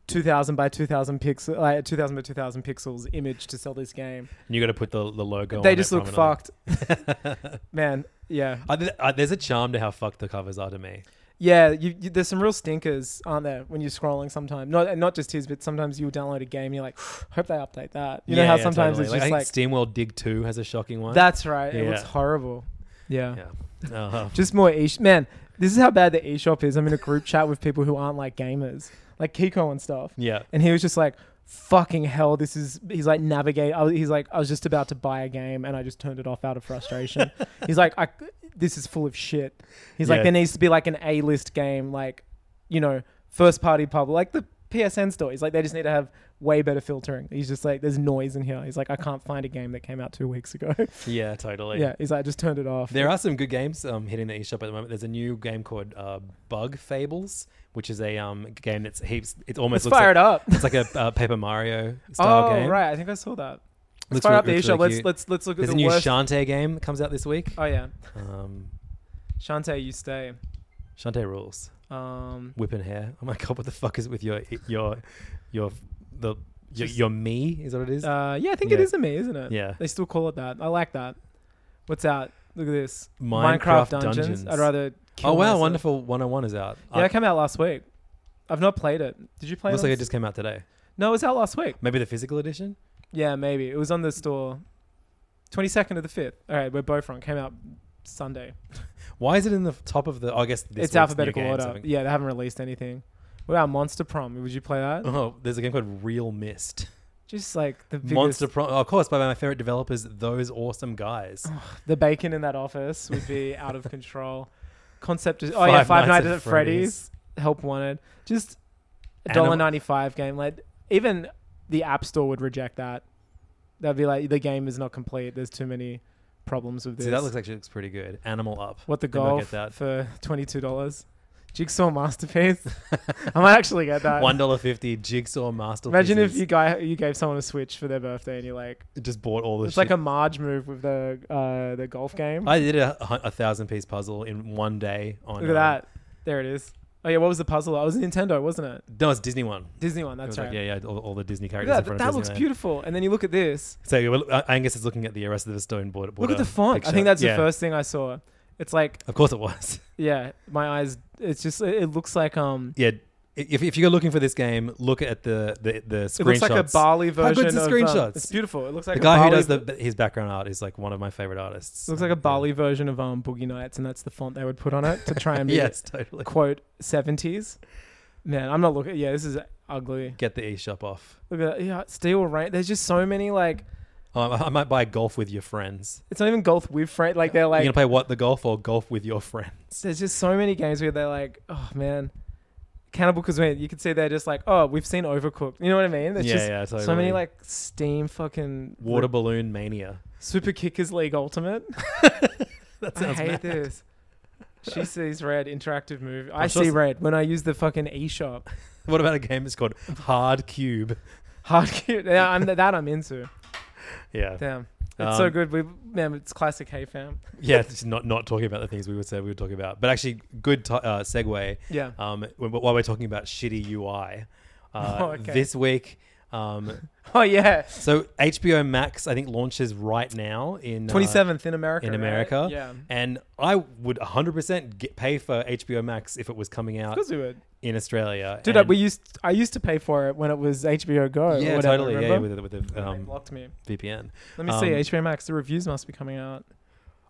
2,000 by 2,000 pixel, like 2,000 by 2,000 pixels image to sell this game. And you got to put the, the logo. on they it just look prominently. fucked, man. Yeah, I, th- I, there's a charm to how fucked the covers are to me. Yeah, you, you, there's some real stinkers, aren't there, when you're scrolling sometimes. Not and not just his, but sometimes you'll download a game and you're like, hope they update that. You know how sometimes totally. it's just I like, think SteamWorld Dig Two has a shocking one. that's right. It looks Yeah. horrible. Yeah. yeah. Uh-huh. Just more e Man, this is how bad the eShop is. I'm in a group chat with people who aren't like gamers, like Kiko and stuff. yeah. And he was just like, fucking hell, this is. He's like, navigate. I was, he's like, I was just about to buy a game and I just turned it off out of frustration. he's like, I, this is full of shit. He's like, Yeah. there needs to be like an A list game, like, you know, first party pub, like the PSN store. He's like, they just need to have way better filtering. He's just like, there's noise in here. He's like, I can't find a game that came out two weeks ago. Yeah. Totally. yeah. He's like, I just turned it off. There are some good games um, hitting the eShop at the moment. There's a new game called uh, Bug Fables, which is a um, game that's heaps. It almost Let's looks fire like, it up. It's like a uh, Paper Mario style Oh game. right, I think I saw that. Let's Looks fire re- up the looks eShop. really let's cute. let's let's look at There's the a new worst. Shantae game that comes out this week. oh yeah, Um, Shantae, you stay. Shantae rules. Um, Whipping hair. Oh my god, what the fuck is with your your your the your, your me is what it is. uh, yeah, I think it Yeah. is a me, isn't it? Yeah. they still call it that. I like that. What's out? Look at this Minecraft Dungeons. I'd rather. Kill oh wow, myself. wonderful 101 is out. Yeah, it came out last week. I've not played it. Did you play looks it? on like it s- just came out today. no, it was out last week. Maybe the physical edition. Yeah, maybe it was on the store. Twenty second of the fifth. All right, we're both wrong. Came out Sunday. Why is it in the top of the? Oh, I guess this it's week's new alphabetical games, I order. think. Yeah, they haven't released anything. What about Monster Prom? Would you play that? Oh, there's a game called Real Mist. Just like the biggest, Monster Pro. oh, Of course, by my favorite developers, those awesome guys. the bacon in that office would be out of control. Concept is oh yeah, Five Nights, at Freddy's. Help wanted. Just a Animal- dollar ninety five game. Like even the App Store would reject that. That'd be like the game is not complete. There's too many problems with this. See, that looks actually looks pretty good. Animal Up. what the Think I'll golf get that. for twenty two dollars. Jigsaw masterpiece. I might actually get that. One dollar fifty jigsaw masterpiece. Imagine if you guy you gave someone a Switch for their birthday and you're like, just bought all this. it's like a Marge move with the uh, the golf game. Oh, I did a, hu- a thousand piece puzzle in one day. On Look at um, that. There it is. Oh yeah, what was the puzzle? Oh, it was Nintendo, wasn't it? um, No, it's Disney one. Disney one. It was That's like, right. yeah, yeah, all, all the Disney Look characters. at in that. front that of looks Disneyland. beautiful. And then you look at this. So well, uh, Angus is looking at the Arrested of the Stone Border. Look at the font. I think that's Yeah. the first thing I saw. It's like, Of course, it was. yeah, my eyes. It's just, it, it looks like um, Yeah. If, if you go looking for this game, look at the the, the screenshots. it looks like a Bali version. How good's the of, um, screenshots? it's beautiful. It looks like the a guy who Bali does ver- the, his background art is like one of my favorite artists. It looks like a Bali version of um Boogie Nights, and that's the font they would put on it to try and be yes, totally. quote seventies. Man, I'm not looking. Yeah, this is ugly. Get the eShop off. Look at that. Yeah, steel rain. There's just so many like. Um, I I might buy golf with your friends. It's not even golf with friend. Like they're You're like gonna play what the golf or golf with your friends? there's just so many games where they're like, oh man, Cannibal Cuisine. You can see they're just like, oh, we've seen Overcooked. You know what I mean? There's Yeah, just yeah, so totally. many like Steam fucking Water balloon mania. Super Kickers League Ultimate. That I sounds hate mad. this. She sees red interactive movie. I I'm sure see s- red when I use the fucking eShop. What about a game that's called Hard Cube? Hard cute. Yeah, I'm that I'm into. Yeah, Damn. It's so Um, good. We man, it's classic Hey fam. yeah. Just not not talking about the things we would say we would talk about, but actually, good t- uh, segue. Yeah. Um, wh- while we're talking about shitty UI, uh, Oh, okay. this week. Um, Oh yeah. so HBO Max, I think, launches right now in uh, Twenty seventh in America. in right? America. Uh, Yeah. And I would 100% get, pay for HBO Max if it was coming Of out course we would. in Australia. Dude, I, and we used I used to pay for it when it was HBO Go. or yeah, whatever, totally. Yeah, yeah, remember? with the, with the They um, blocked me. VPN. Let me um, see HBO Max. The reviews must be coming out.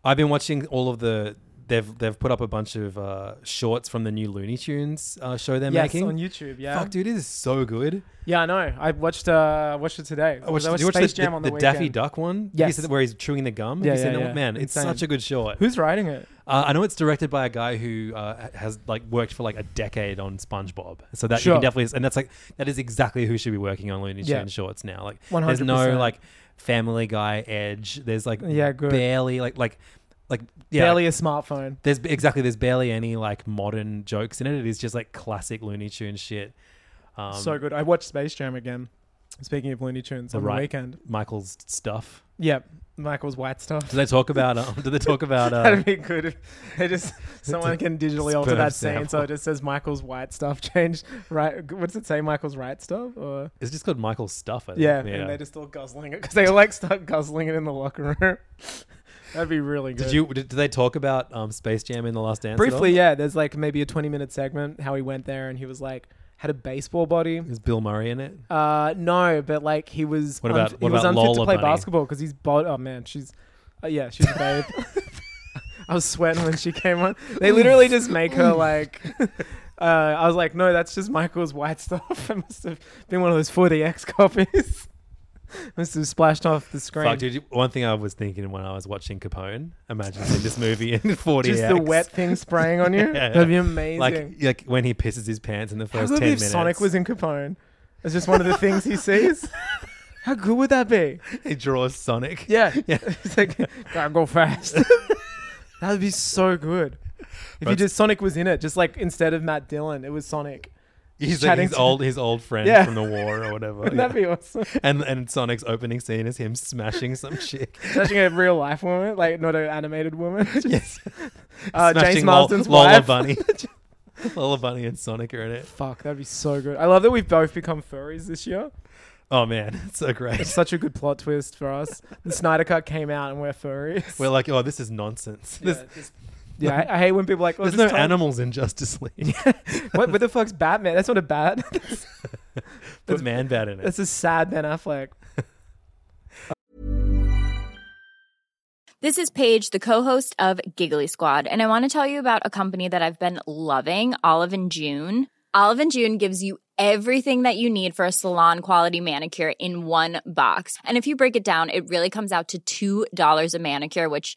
I've been watching all of the. They've they've put up a bunch of uh, shorts from the new Looney Tunes uh, show they're yes, making. on YouTube. Yeah, Fuck, dude, it is so good. yeah, I know. I watched uh I watched it today. I watched, I did you watch Space the, Jam the, on the, the weekend. Daffy Duck one? Have you Yes. seen that where he's chewing the gum. Have Yeah, you seen yeah, that one? yeah. Man, it's Insane. such a good short. Who's writing it? Uh, I know it's directed by a guy who uh, has like worked for like a decade on SpongeBob, so that you Sure. can definitely and that's like that is exactly who should be working on Looney Tunes Yeah. shorts now. Like, there's 100%. no like Family Guy edge. There's like Yeah, good. barely like like like yeah. Barely a smartphone. there's exactly there's barely any like modern jokes in it. It is just like classic Looney Tunes shit. Um, so good. I watched Space Jam again. Speaking of Looney Tunes on Right. the weekend. Michael's stuff. Yeah, Michael's white stuff. Do they talk about? Um, do they talk about? Uh, That'd be good. If they just someone can digitally alter Sperm that scene, so sample. it just says Michael's white stuff changed. Right? What's it say? Michael's right stuff? Or it's just called Michael's stuff. I think. yeah, and they're just all guzzling it because they like start guzzling it in the locker room. That'd be really good. Did you? Did, did they talk about um, Space Jam in the Last Dance? at all? briefly? Yeah, there's like maybe a 20 minute segment how he went there and he was like had a baseball body. is Bill Murray in it? Uh, no, but like he was What about- unf- what he was about unfit to Lola play Bunny? basketball because he's bod. Oh man, she's uh, yeah, she's a babe. I was sweating when she came on. They literally just make her like. Uh, I was like, no, that's just Michael's white stuff. It must have been one of those 40x copies. must have splashed off the screen. Fuck, dude. you- One thing I was thinking when I was watching Capone, imagine seeing this movie in 40 just the wet thing spraying on you. Yeah. That'd be amazing. Like, like when he pisses his pants in the How first good 10 if minutes. Sonic was in Capone? It's just one of the things he sees. How good would that be? he draws Sonic. Yeah. Yeah. it's like, gotta go fast. that would be so good. If you Right. just Sonic was in it, just like instead of Matt Dillon, it was Sonic. He's like Chatting his to- old, his old friend Yeah. from the war or whatever. Wouldn't Yeah. that be awesome? and, and Sonic's opening scene is him smashing some chick. Smashing a real life woman, like not an animated woman. Just, yes. uh, James Smashing Lol- Marsden's Lola wife. Bunny. Lola Bunny and Sonic are in it. Fuck, that'd be so good. I love that we've both become furries this year. Oh, man. It's so It's great. such a good plot twist for us. The Snyder Cut came out and we're furries. We're like, oh, this is nonsense. yeah, There's, just- yeah, I, I hate when people are like, oh, there's just no tell- animals in Justice League. What, what the fuck's Batman? That's not a bat. Put Man Bat in it. That's a sad Ben Affleck. This is Paige, the co-host of Giggly Squad, and I want to tell you about a company that I've been loving, Olive and June. Olive and June gives you everything that you need for a salon quality manicure in one box. And if you break it down, it really comes out to $2 a manicure, which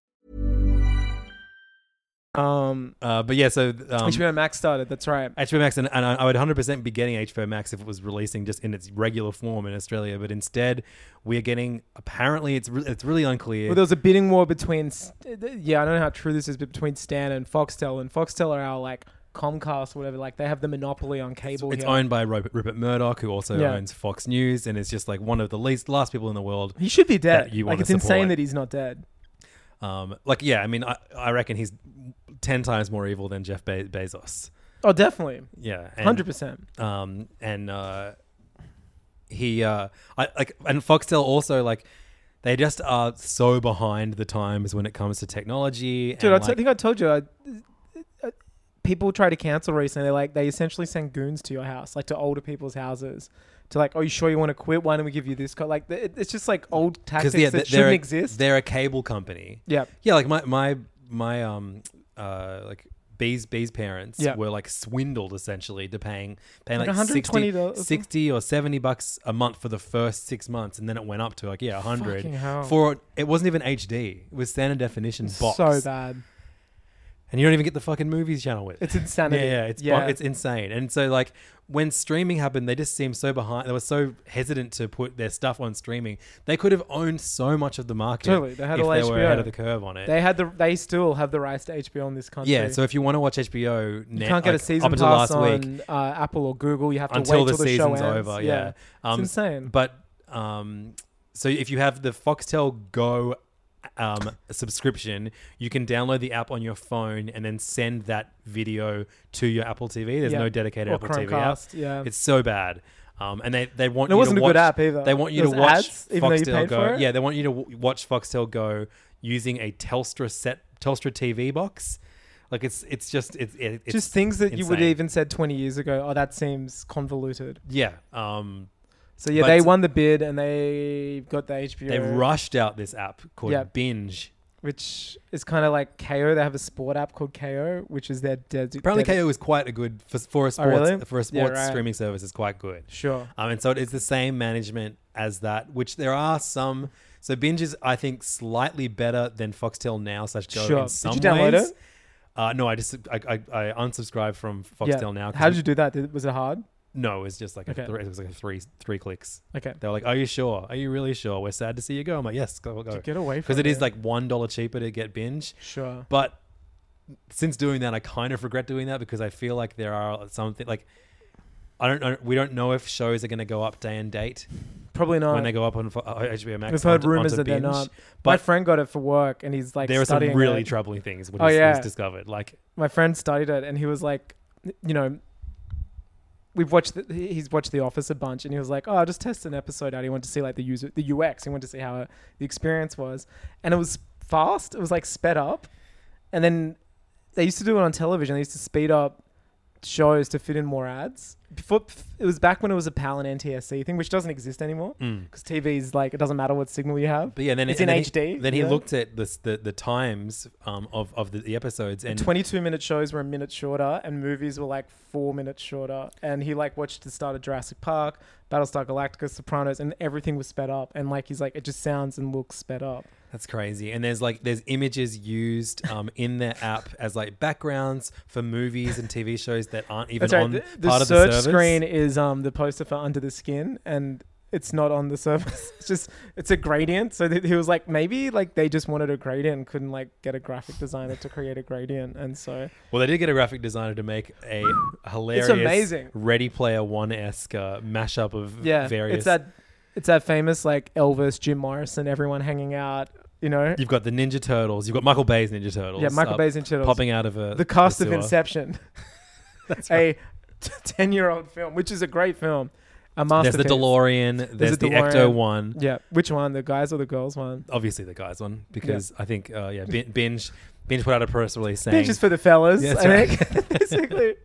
Um, Uh, but yeah, so um, HBO Max started. That's right. HBO Max, and, and I I would 100% be getting HBO Max if it was releasing just in its regular form in Australia. But instead, we're getting apparently it's re- it's really unclear. Well, there was a bidding war between. S- Yeah, I don't know how true this is, but between Stan and Foxtel, and Foxtel are our like Comcast, or whatever. Like they have the monopoly on cable. it's here. owned by Rupert, Rupert Murdoch, who also Yeah. owns Fox News, and is just like one of the least last people in the world. He should be dead. that you like wanna it's insane support. that he's not dead. Um, like yeah, I mean, I, I reckon he's ten times more evil than Jeff Be- Bezos. Oh, definitely, Yeah, and- hundred percent. um, and uh, he uh, I like and Foxtel also like they just are so behind the times when it comes to technology. Dude, and, I t- I like, think I told you. I, I- people try to cancel recently. They like they essentially send goons to your house, like to older people's houses. To like, oh, you sure you want to quit? Why don't we give you this? Co-? Like, th- it- it's just like old tactics yeah, that th- they're shouldn't a- exist. They're a cable company. Yep. Yeah, like my my my um uh like B's B's parents Yep. were like swindled essentially to paying paying Like like, $120 sixty or something. 60 or 70 bucks a month for the first 6 months and then it went up to like yeah 100 Fucking hell. for it wasn't even HD it was standard definition box so bad. and you don't even get the fucking movies channel with it. It's insanity. Yeah, yeah, it's Yeah. it's insane. And so like when streaming happened, they just seemed so behind. They were so hesitant to put their stuff on streaming. They could have owned so much of the market Totally. They had if all they were HBO. ahead of the curve on it. They had the. They still have the rights to HBO in this country. yeah, so if you want to watch HBO, you now, can't get like, a season up until pass last on week uh, Apple or Google. You have to until wait the till the, show season's ends. over. Yeah, it's insane. But um, So if you have the Foxtel Go um, subscription, you can download the app on your phone and then send that video to your Apple TV. There's Yeah. no dedicated Or Apple TV app. Chromecast, yeah. It's so bad. Um, and they, they want And it you wasn't to a good watch- app either. They want you There to was watch ads, even though you Foxtel paid Go. for it? Yeah, they want you to w- watch Foxtel Go using a Telstra set Telstra TV box. Like it's it's just it's it, it's Just things that you would have insane. even said 20 years ago. Oh, that seems convoluted. yeah um So yeah, But- they won the bid and they got the HBO, they rushed out this app called Yeah. Binge. which is kind of like KO. They have a sport app called KO, which is their dead. Apparently, KO is quite a good for, for a Oh, sports really? for a Yeah, sports right. streaming service is quite good. Sure. Um, and so it is the same management as that, which there are some. So Binge is, I think, slightly better than Foxtel now slash Go Sure. in Did some you download ways. it? Uh, no, I just I, I, I unsubscribed from Foxtel now. 'cause How it- did you do that? Did, was it hard? No, it was just like Okay. a three, it was like a three three clicks. Okay. They were like, "Are you sure? Are you really sure? We're sad to see you go." I'm like, "Yes, go go." Get away because from it is it. like one dollar cheaper to get Binge. Sure. But since doing that, I kind of regret doing that because I feel like there are something like I don't know. We don't know if shows are going to go up day and date Probably not. when they go up on uh, HBO Max. We've heard onto- rumors onto that they're Binge, not. My But friend got it for work, and he's like, there are some studying really it. troubling things when Oh, he's, yeah. he's discovered. Like my friend studied it and he was like, you know, we've watched the, he's watched The Office a bunch and he was like, oh, I'll just test an episode out. He wanted to see like the user the UX. He wanted to see how uh the experience was, and it was fast. It was like sped up, and then they used to do it on television. They used to speed up shows to fit in more ads. Before it was back when it was a PAL and NTSC thing, which doesn't exist anymore because TV is like it doesn't matter what signal you have. Mm. But yeah, then it's and in then HD. He, then you he know? looked at this, the the times um, of of the, the episodes and 22 minute shows were a minute shorter and movies were like four minutes shorter and he like watched the start of jurassic park battlestar galactica sopranos and everything was sped up and like he's like it just sounds and looks sped up that's crazy. And there's like there's images used um, in their app as like backgrounds for movies and TV shows that aren't even that's right on the, the part of search the service. screen is um the poster for under the skin and it's not on the surface it's just it's a gradient so th- he was like maybe like they just wanted a gradient couldn't like get a graphic designer to create a gradient and so Well, they did get a graphic designer to make a hilarious, amazing. Ready Player One esque uh, mashup of yeah various. it's that it's that famous like elvis jim morrison everyone hanging out you know You've got the Ninja Turtles. You've got Michael Bay's Ninja Turtles. Yeah, Michael up- Bay's Ninja Turtles. popping out of a the cast a of sewer. Inception, a ten-year-old film, which is a great film. A There's masterpiece. the DeLorean. There's, a the DeLorean. Ecto One. Yeah, which one? The guys or the girls one? Obviously, the guys one because I think uh, yeah, Bin- binge binge put out a press release saying They're just for the fellas. Yeah, that's I right. think. Basically,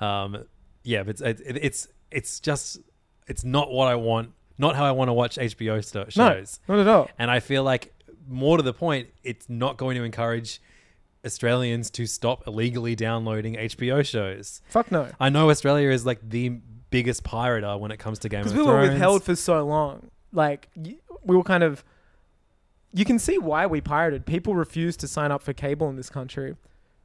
Um, yeah, but it's it, it's it's just it's not what I want, not how I want to watch HBO sto- no, shows. not at all. And I feel like more to the point, it's not going to encourage Australians to stop illegally downloading HBO shows. Fuck no. I know Australia is like the biggest pirater when it comes to Game of Because we Thrones. were withheld for so long. Like y- we were kind of. You can see why we pirated. People refused to sign up for cable in this country.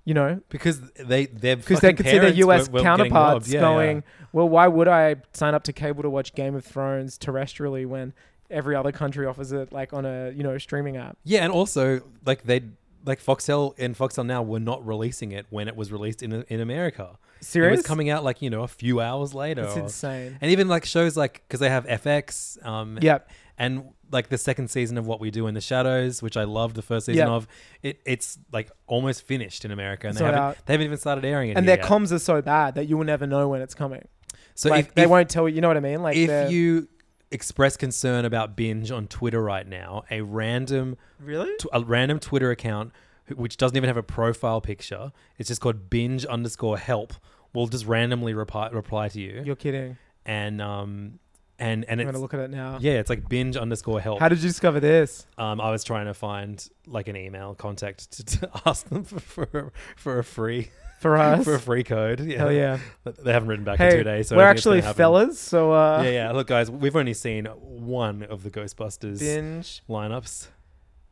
You know, because they they're because they could see their US counterparts going, well, why would I sign up to cable to watch Game of Thrones terrestrially when every other country offers it like on a you know streaming app? Yeah, and also like they like Foxtel and Foxtel now were not releasing it when it was released in in America. It Serious? was coming out like you know a few hours later. That's or- insane. And even like shows like because they have FX. Um, Yep. And like the second season of What We Do in the Shadows, which I loved the first season Yep. of, it it's like almost finished in America, and It's they not haven't out. they haven't even started airing it. And here their yet. comms are so bad that you will never know when it's coming. so like if, they if- won't tell you. You know what I mean? Like they're- if you express concern about binge on Twitter right now, a random really tw- a random Twitter account wh- which doesn't even have a profile picture. It's just called binge underscore help. Will just randomly reply, reply to you, you're kidding. and um and and I'm it's gonna look at it now. yeah, it's like binge underscore help. How did you discover this? um, I was trying to find like an email contact to, to ask them for for, for a free For us? for a free code. Yeah. Hell yeah. But they haven't written back in Hey, two days. So I we're don't think it's gonna actually happen. fellas, so uh, Yeah, yeah. Look, guys, we've only seen one of the Ghostbusters binge. lineups.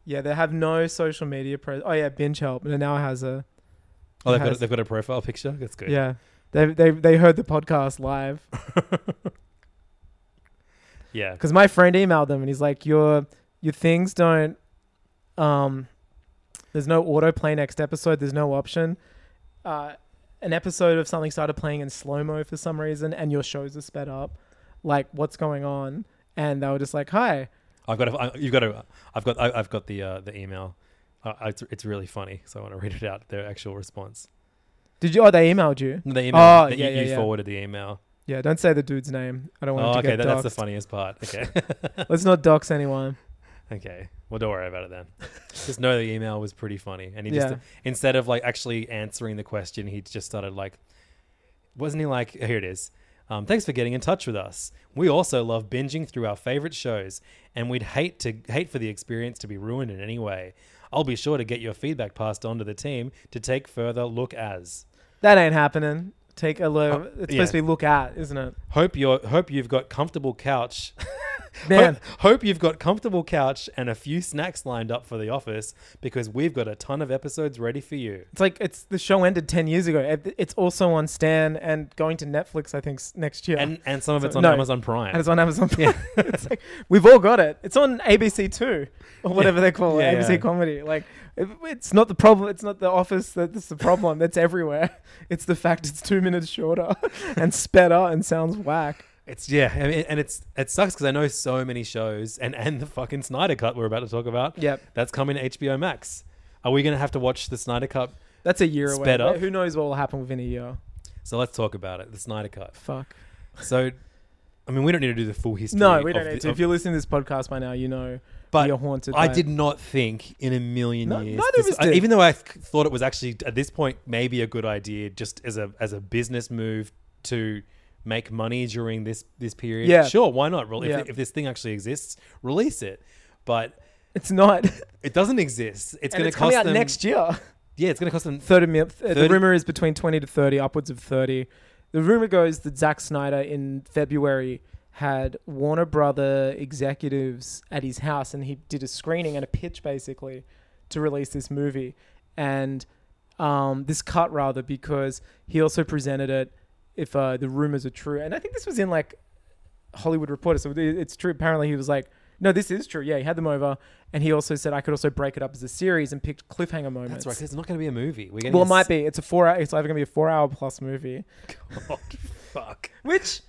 Yeah, they have no social media. Pre- oh yeah, binge help. And it now has a Oh, they've It got, a, has- they've got a profile picture. That's good. Yeah. They, they, they heard the podcast live yeah. because my friend emailed them and he's like, your your things don't, um, there's no autoplay next episode. There's no option. Uh, an episode of something started playing in slow mo for some reason, and your shows are sped up. Like, what's going on? And they were just like, hi. I've got. To, I, you've got to. I've got. I, I've got the uh, the email. Uh, it's, it's really funny, so I want to read it out. Their actual response. Did you? Oh, they emailed you. The email. Oh, that yeah, you, yeah, you yeah. forwarded the email. Yeah, don't say the dude's name. I don't want Oh, him to okay. That, get that's the doxed. funniest part. Okay. Let's not dox anyone. Okay. Well, don't worry about it then. just know the email was pretty funny, and he Yeah. just instead of like actually answering the question, he just started like, wasn't he like? Here it is. Um, thanks for getting in touch with us. We also love binging through our favorite shows, and we'd hate to hate for the experience to be ruined in any way. I'll be sure to get your feedback passed on to the team to take further look as. That ain't happening. Take a look. it's supposed Oh, yeah. Oh, to be look at, isn't it? Hope you hope you've got comfortable couch. Man. Hope, hope you've got comfortable couch and a few snacks lined up for the office because we've got a ton of episodes ready for you. It's like it's the show ended ten years ago. It- It's also on Stan and going to Netflix. I think s- next year. And and some of So- it's on no. Amazon Prime. And it's on Amazon. Prime. it's like, we've all got it. It's on ABC Two or whatever they call it, Yeah, ABC yeah. Comedy. Like, it, it's not the problem. It's not the Office that- that's the problem. That's everywhere. It's the fact it's two minutes shorter and sped up and sounds whack. It's yeah, I mean, and it's it sucks because I know so many shows and and the fucking Snyder Cut we're about to talk about. Yep. that's coming to HBO Max. Are we gonna have to watch the Snyder Cut? That's a year away. Sped but up? Who knows what will happen within a year? So let's talk about it. The Snyder Cut. Fuck. So, I mean, we don't need to do the full history. No, we of don't the- need to. of- If you're listening to this podcast by now, you know but you're haunted. I by it. did not think in a million No- years. neither of this- us did. I- even though I th- thought it was actually at this point maybe a good idea, just as a as a business move to make money during this this period. Yeah. sure, why not? Re- Yeah. If, if this thing actually exists, release it. But It's not. it doesn't exist. It's and going it's to cost coming out them next year. Yeah, it's going to cost them. Thirty mil. th- The 30 rumor is between twenty to thirty, upwards of thirty. The rumor goes that Zack Snyder in February had Warner Brother executives at his house, and he did a screening and a pitch basically to release this movie, and um, this cut rather because he also presented it. If uh, the rumors are true, and I think this was in like Hollywood Reporter. So it- it's true. Apparently, he was like, "No, this is true." Yeah, he had them over, and he also said, "I could also break it up as a series and picked cliffhanger moments." That's right. 'cause It's not going to be a movie. We're getting Well, a it might s- be. It's a four hour. It's either gonna be a four hour plus movie, God, fuck. which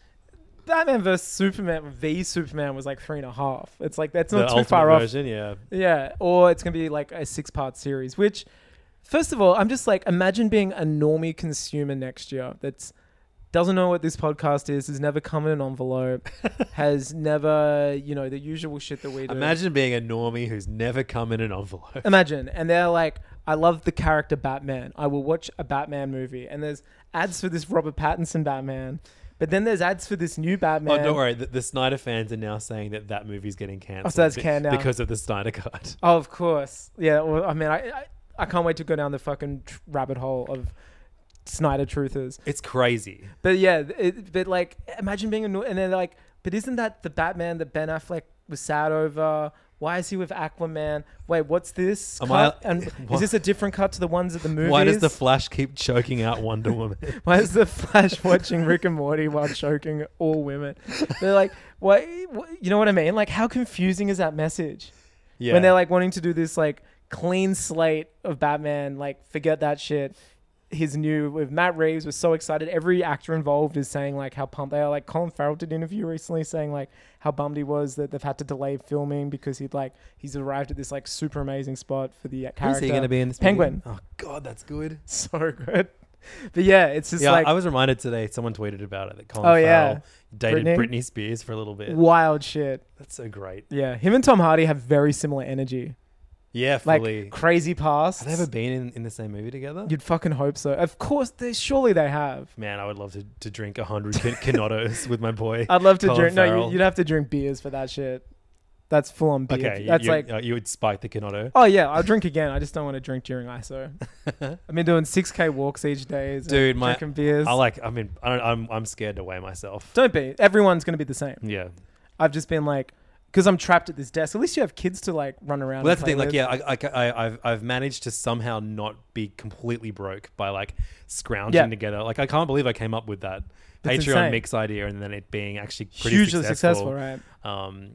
Batman vs Superman v Superman was like three and a half. It's like that's not the too ultimate far version, yeah. off. Yeah, or it's gonna be like a six part series. Which, first of all, I'm just like imagine being a normie consumer next year that's doesn't know what this podcast is, has never come in an envelope, has never you know the usual shit that we do. Imagine being a normie who's never come in an envelope. Imagine. And they're like, I love the character Batman. I will watch a Batman movie. And there's ads for this Robert Pattinson Batman. But then there's ads for this new Batman. Oh, don't worry. The, the Snyder fans are now saying that that movie's getting cancelled. Oh, that's be- canned now. because of the Snyder Cut. Oh, of course. Yeah. Well, I mean, I, I, I can't wait to go down the fucking tr- rabbit hole of Snyder truthers. It's crazy. But yeah, it, but like, imagine being annoyed. And they're like, but isn't that the Batman that Ben Affleck was sad over? Why is he with Aquaman? Wait, what's this? Am cut? I- and is Wha- this a different cut to the ones at the movies? Why does the Flash keep choking out Wonder Woman? Why is the Flash watching Rick and Morty while choking all women? They're like, what, what? You know what I mean? Like, how confusing is that message? yeah. When they're like wanting to do this like clean slate of Batman, like forget that shit. His new with Matt Reeves was so excited. Every actor involved is saying like how pumped they are. Like Colin Farrell did an interview recently saying like how bummed he was that they've had to delay filming because he'd like he's arrived at this like super amazing spot for the uh, Who's character. he going to be in this? movie? Penguin? Oh God, that's good. So good. But yeah, it's just yeah, like I was reminded today. Someone tweeted about it that Colin Oh, Farrell yeah. dated Britney? Britney? Spears for a little bit. wild shit. That's so great. Yeah, him and Tom Hardy have very similar energy. Yeah, Like fully. crazy past. have they ever been in, in the same movie together? You'd fucking hope so. Of course, they surely they have. Man, I would love to, to drink a hundred can- canotos with my boy. I'd love to Colin drink. No, Farrell. you, you'd have to drink beers for that shit. That's full on beer. Okay, you- that's you, like. uh, you would spike the canotto. Oh yeah, I'll drink again. I just don't want to drink during ISO. I've been doing six k walks each day, and Dude, my- drinking beers. I like. I mean, I don't, I'm I'm scared to weigh myself. don't be. Everyone's gonna be the same. Yeah. I've just been like, because I'm trapped at this desk. At least you have kids to like run around. Well, that's and the play thing. Like, with. yeah, I, I, I, I've I've managed to somehow not be completely broke by like scrounging Yeah. together. Like, I can't believe I came up with that That's Patreon insane. mix idea, and then it being actually pretty hugely successful, right? um,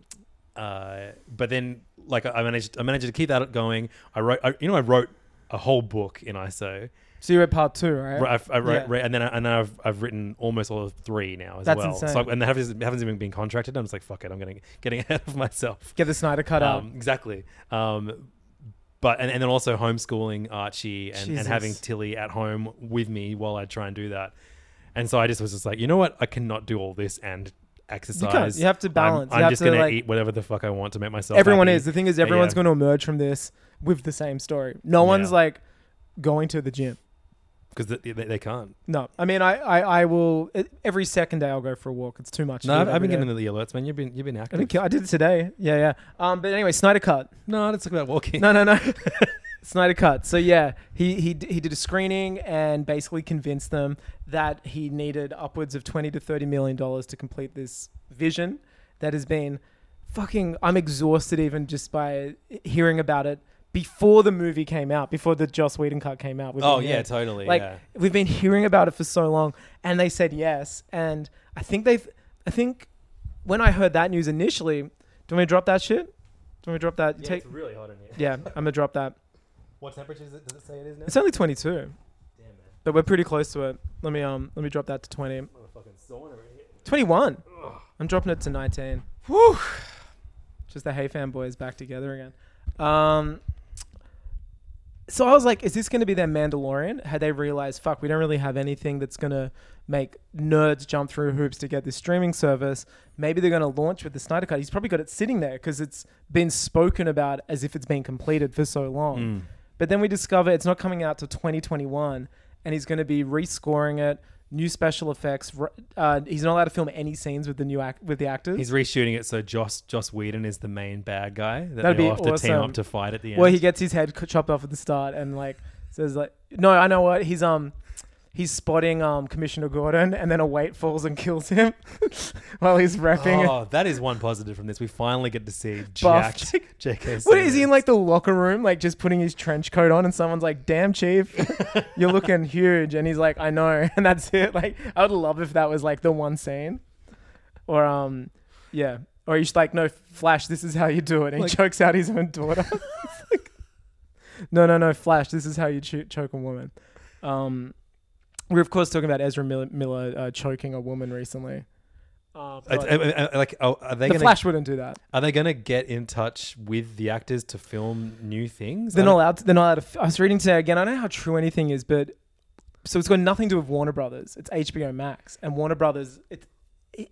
uh, but then like I I managed I managed to keep that going. I wrote I, you know I wrote a whole book in ISO. So you read part two, right? Right, I've, I wrote, Yeah. re- and then I, and then I've I've written almost all of three now as That's well. So insane. I, and they haven't, haven't even been contracted. I'm just like fuck it. I'm getting getting ahead of myself. Get the Snyder cut out. um, exactly. Um, but and, and then also homeschooling Archie and, and Jesus. having Tilly at home with me while I try and do that. And so I just was just like, you know what? I cannot do all this and exercise. You have to I'm- balance. You I'm, have just to, gonna like- eat whatever the fuck I want to make myself. everyone happy. is. The thing is, Yeah, everyone's yeah. going to emerge from this with the same story. No one's Yeah. like going to the gym. because they, they, they can't. No, I mean, I, I, I will e, every second day I'll go for a walk. It's too much. No, I've, I've been getting the alerts, man. You've been you've been I active. think I did it today. Yeah, yeah. Um, but anyway, Snyder cut. No, let's talk about walking. No, no, no. Snyder cut. So yeah, he he d- he did a screening and basically convinced them that he needed upwards of twenty to thirty million dollars to complete this vision that has been fucking. I'm exhausted even just by hearing about it before the movie came out, before the Joss Whedon cut came out. We've Oh been yeah, hearing- totally. like yeah. we've been hearing about it for so long, and they said yes. And I think they've. I think when I heard that news initially, do you want me to drop that shit? Do you want me to drop that? take, really hot in here. yeah, I'm gonna drop that. What temperature is it? Does it say it is now? It's only 22. But we're pretty close to it. Let me um let me drop that to 20. 21. I'm dropping it to 19. Whew. Just the Hey Fan boys back together again. Um so I was like, is this going to be their Mandalorian? Had they realized, fuck, we don't really have anything that's going to make nerds jump through hoops to get this streaming service. Maybe they're going to launch with the Snyder Cut. He's probably got it sitting there because it's been spoken about as if it's been completed for so long. But then we discover it's not coming out till 2021, and he's going to be rescoring it, new special effects. r- Uh, he's not allowed to film any scenes with the new act with the actors. He's reshooting it, so Joss Joss Whedon is the main bad guy that That'd they be all have to team awesome. up to fight at the end. Well, he gets his head c- chopped off at the start and like says like, "No, I know what he's um." He's spotting um, Commissioner Gordon, and then a weight falls and kills him while he's rapping. oh, that is one positive from this. We finally get to see Buffed. jacked J.K. what is he in Simmons. like the locker room, like just putting his trench coat on, and someone's like, "Damn, chief, you're looking huge," and he's like, "I know," and that's it. Like, I would love if that was like the one scene, or um, yeah, or he's like, "No, Flash, this is how you do it," and he chokes out his own daughter. It's like, no, no, no, Flash, this is how you cho- choke a woman. Um, we're of course talking about Ezra Miller, Miller uh, choking a woman recently. Uh, I- but I- I- I- like, oh, are they the gonna Flash wouldn't do that. are they gonna get in touch with the actors to film new things? They're I not don't- allowed. To, they're not allowed. To, f- I was reading today again. I don't know how true anything is, but so it's got nothing to do with Warner Brothers. It's HBO Max, and Warner Brothers. It, it,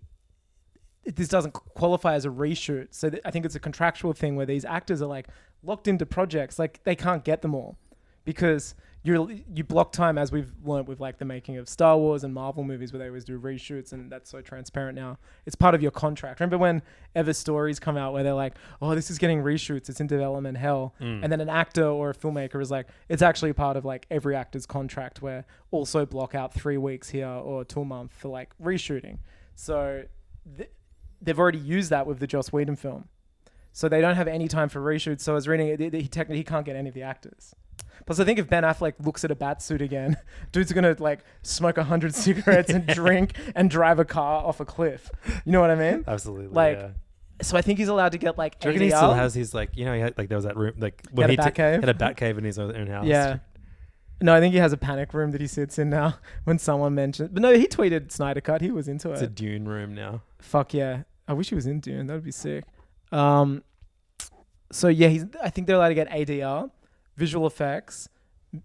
it this doesn't qualify as a reshoot. So th- I think it's a contractual thing where these actors are like locked into projects. Like they can't get them all because you you block time as we've learnt with like the making of Star Wars and Marvel movies where they always do reshoots and that's so transparent now. It's part of your contract. Remember when ever stories come out where they're like, "Oh, this is getting reshoots. It's in development hell." And then an actor or a filmmaker is like, "It's actually part of like every actor's contract where also block out 3 weeks here or 2 months for like reshooting." So th- they've already used that with the Joss Whedon film. So they don't have any time for reshoots. So I was reading it. th- th- He technically he can't get any of the actors. Plus, I think if Ben Affleck looks at a bat suit again, dude's gonna like smoke a hundred cigarettes and drink and drive a car off a cliff. You know what I mean? Absolutely. Like, yeah. So I think he's allowed to get like Do you reckon he still ADR. has his like you know he had, like there was that room like when had a he, t- bat cave? had a bat cave in his own house. Yeah. No, I think he has a panic room that he sits in now when someone mentions. But no, he tweeted Snyder Cut. He was into it. It's a Dune room now. Fuck yeah. I wish he was in Dune. That would be sick. Um, so yeah, he's, I think they're allowed to get ADR, visual effects,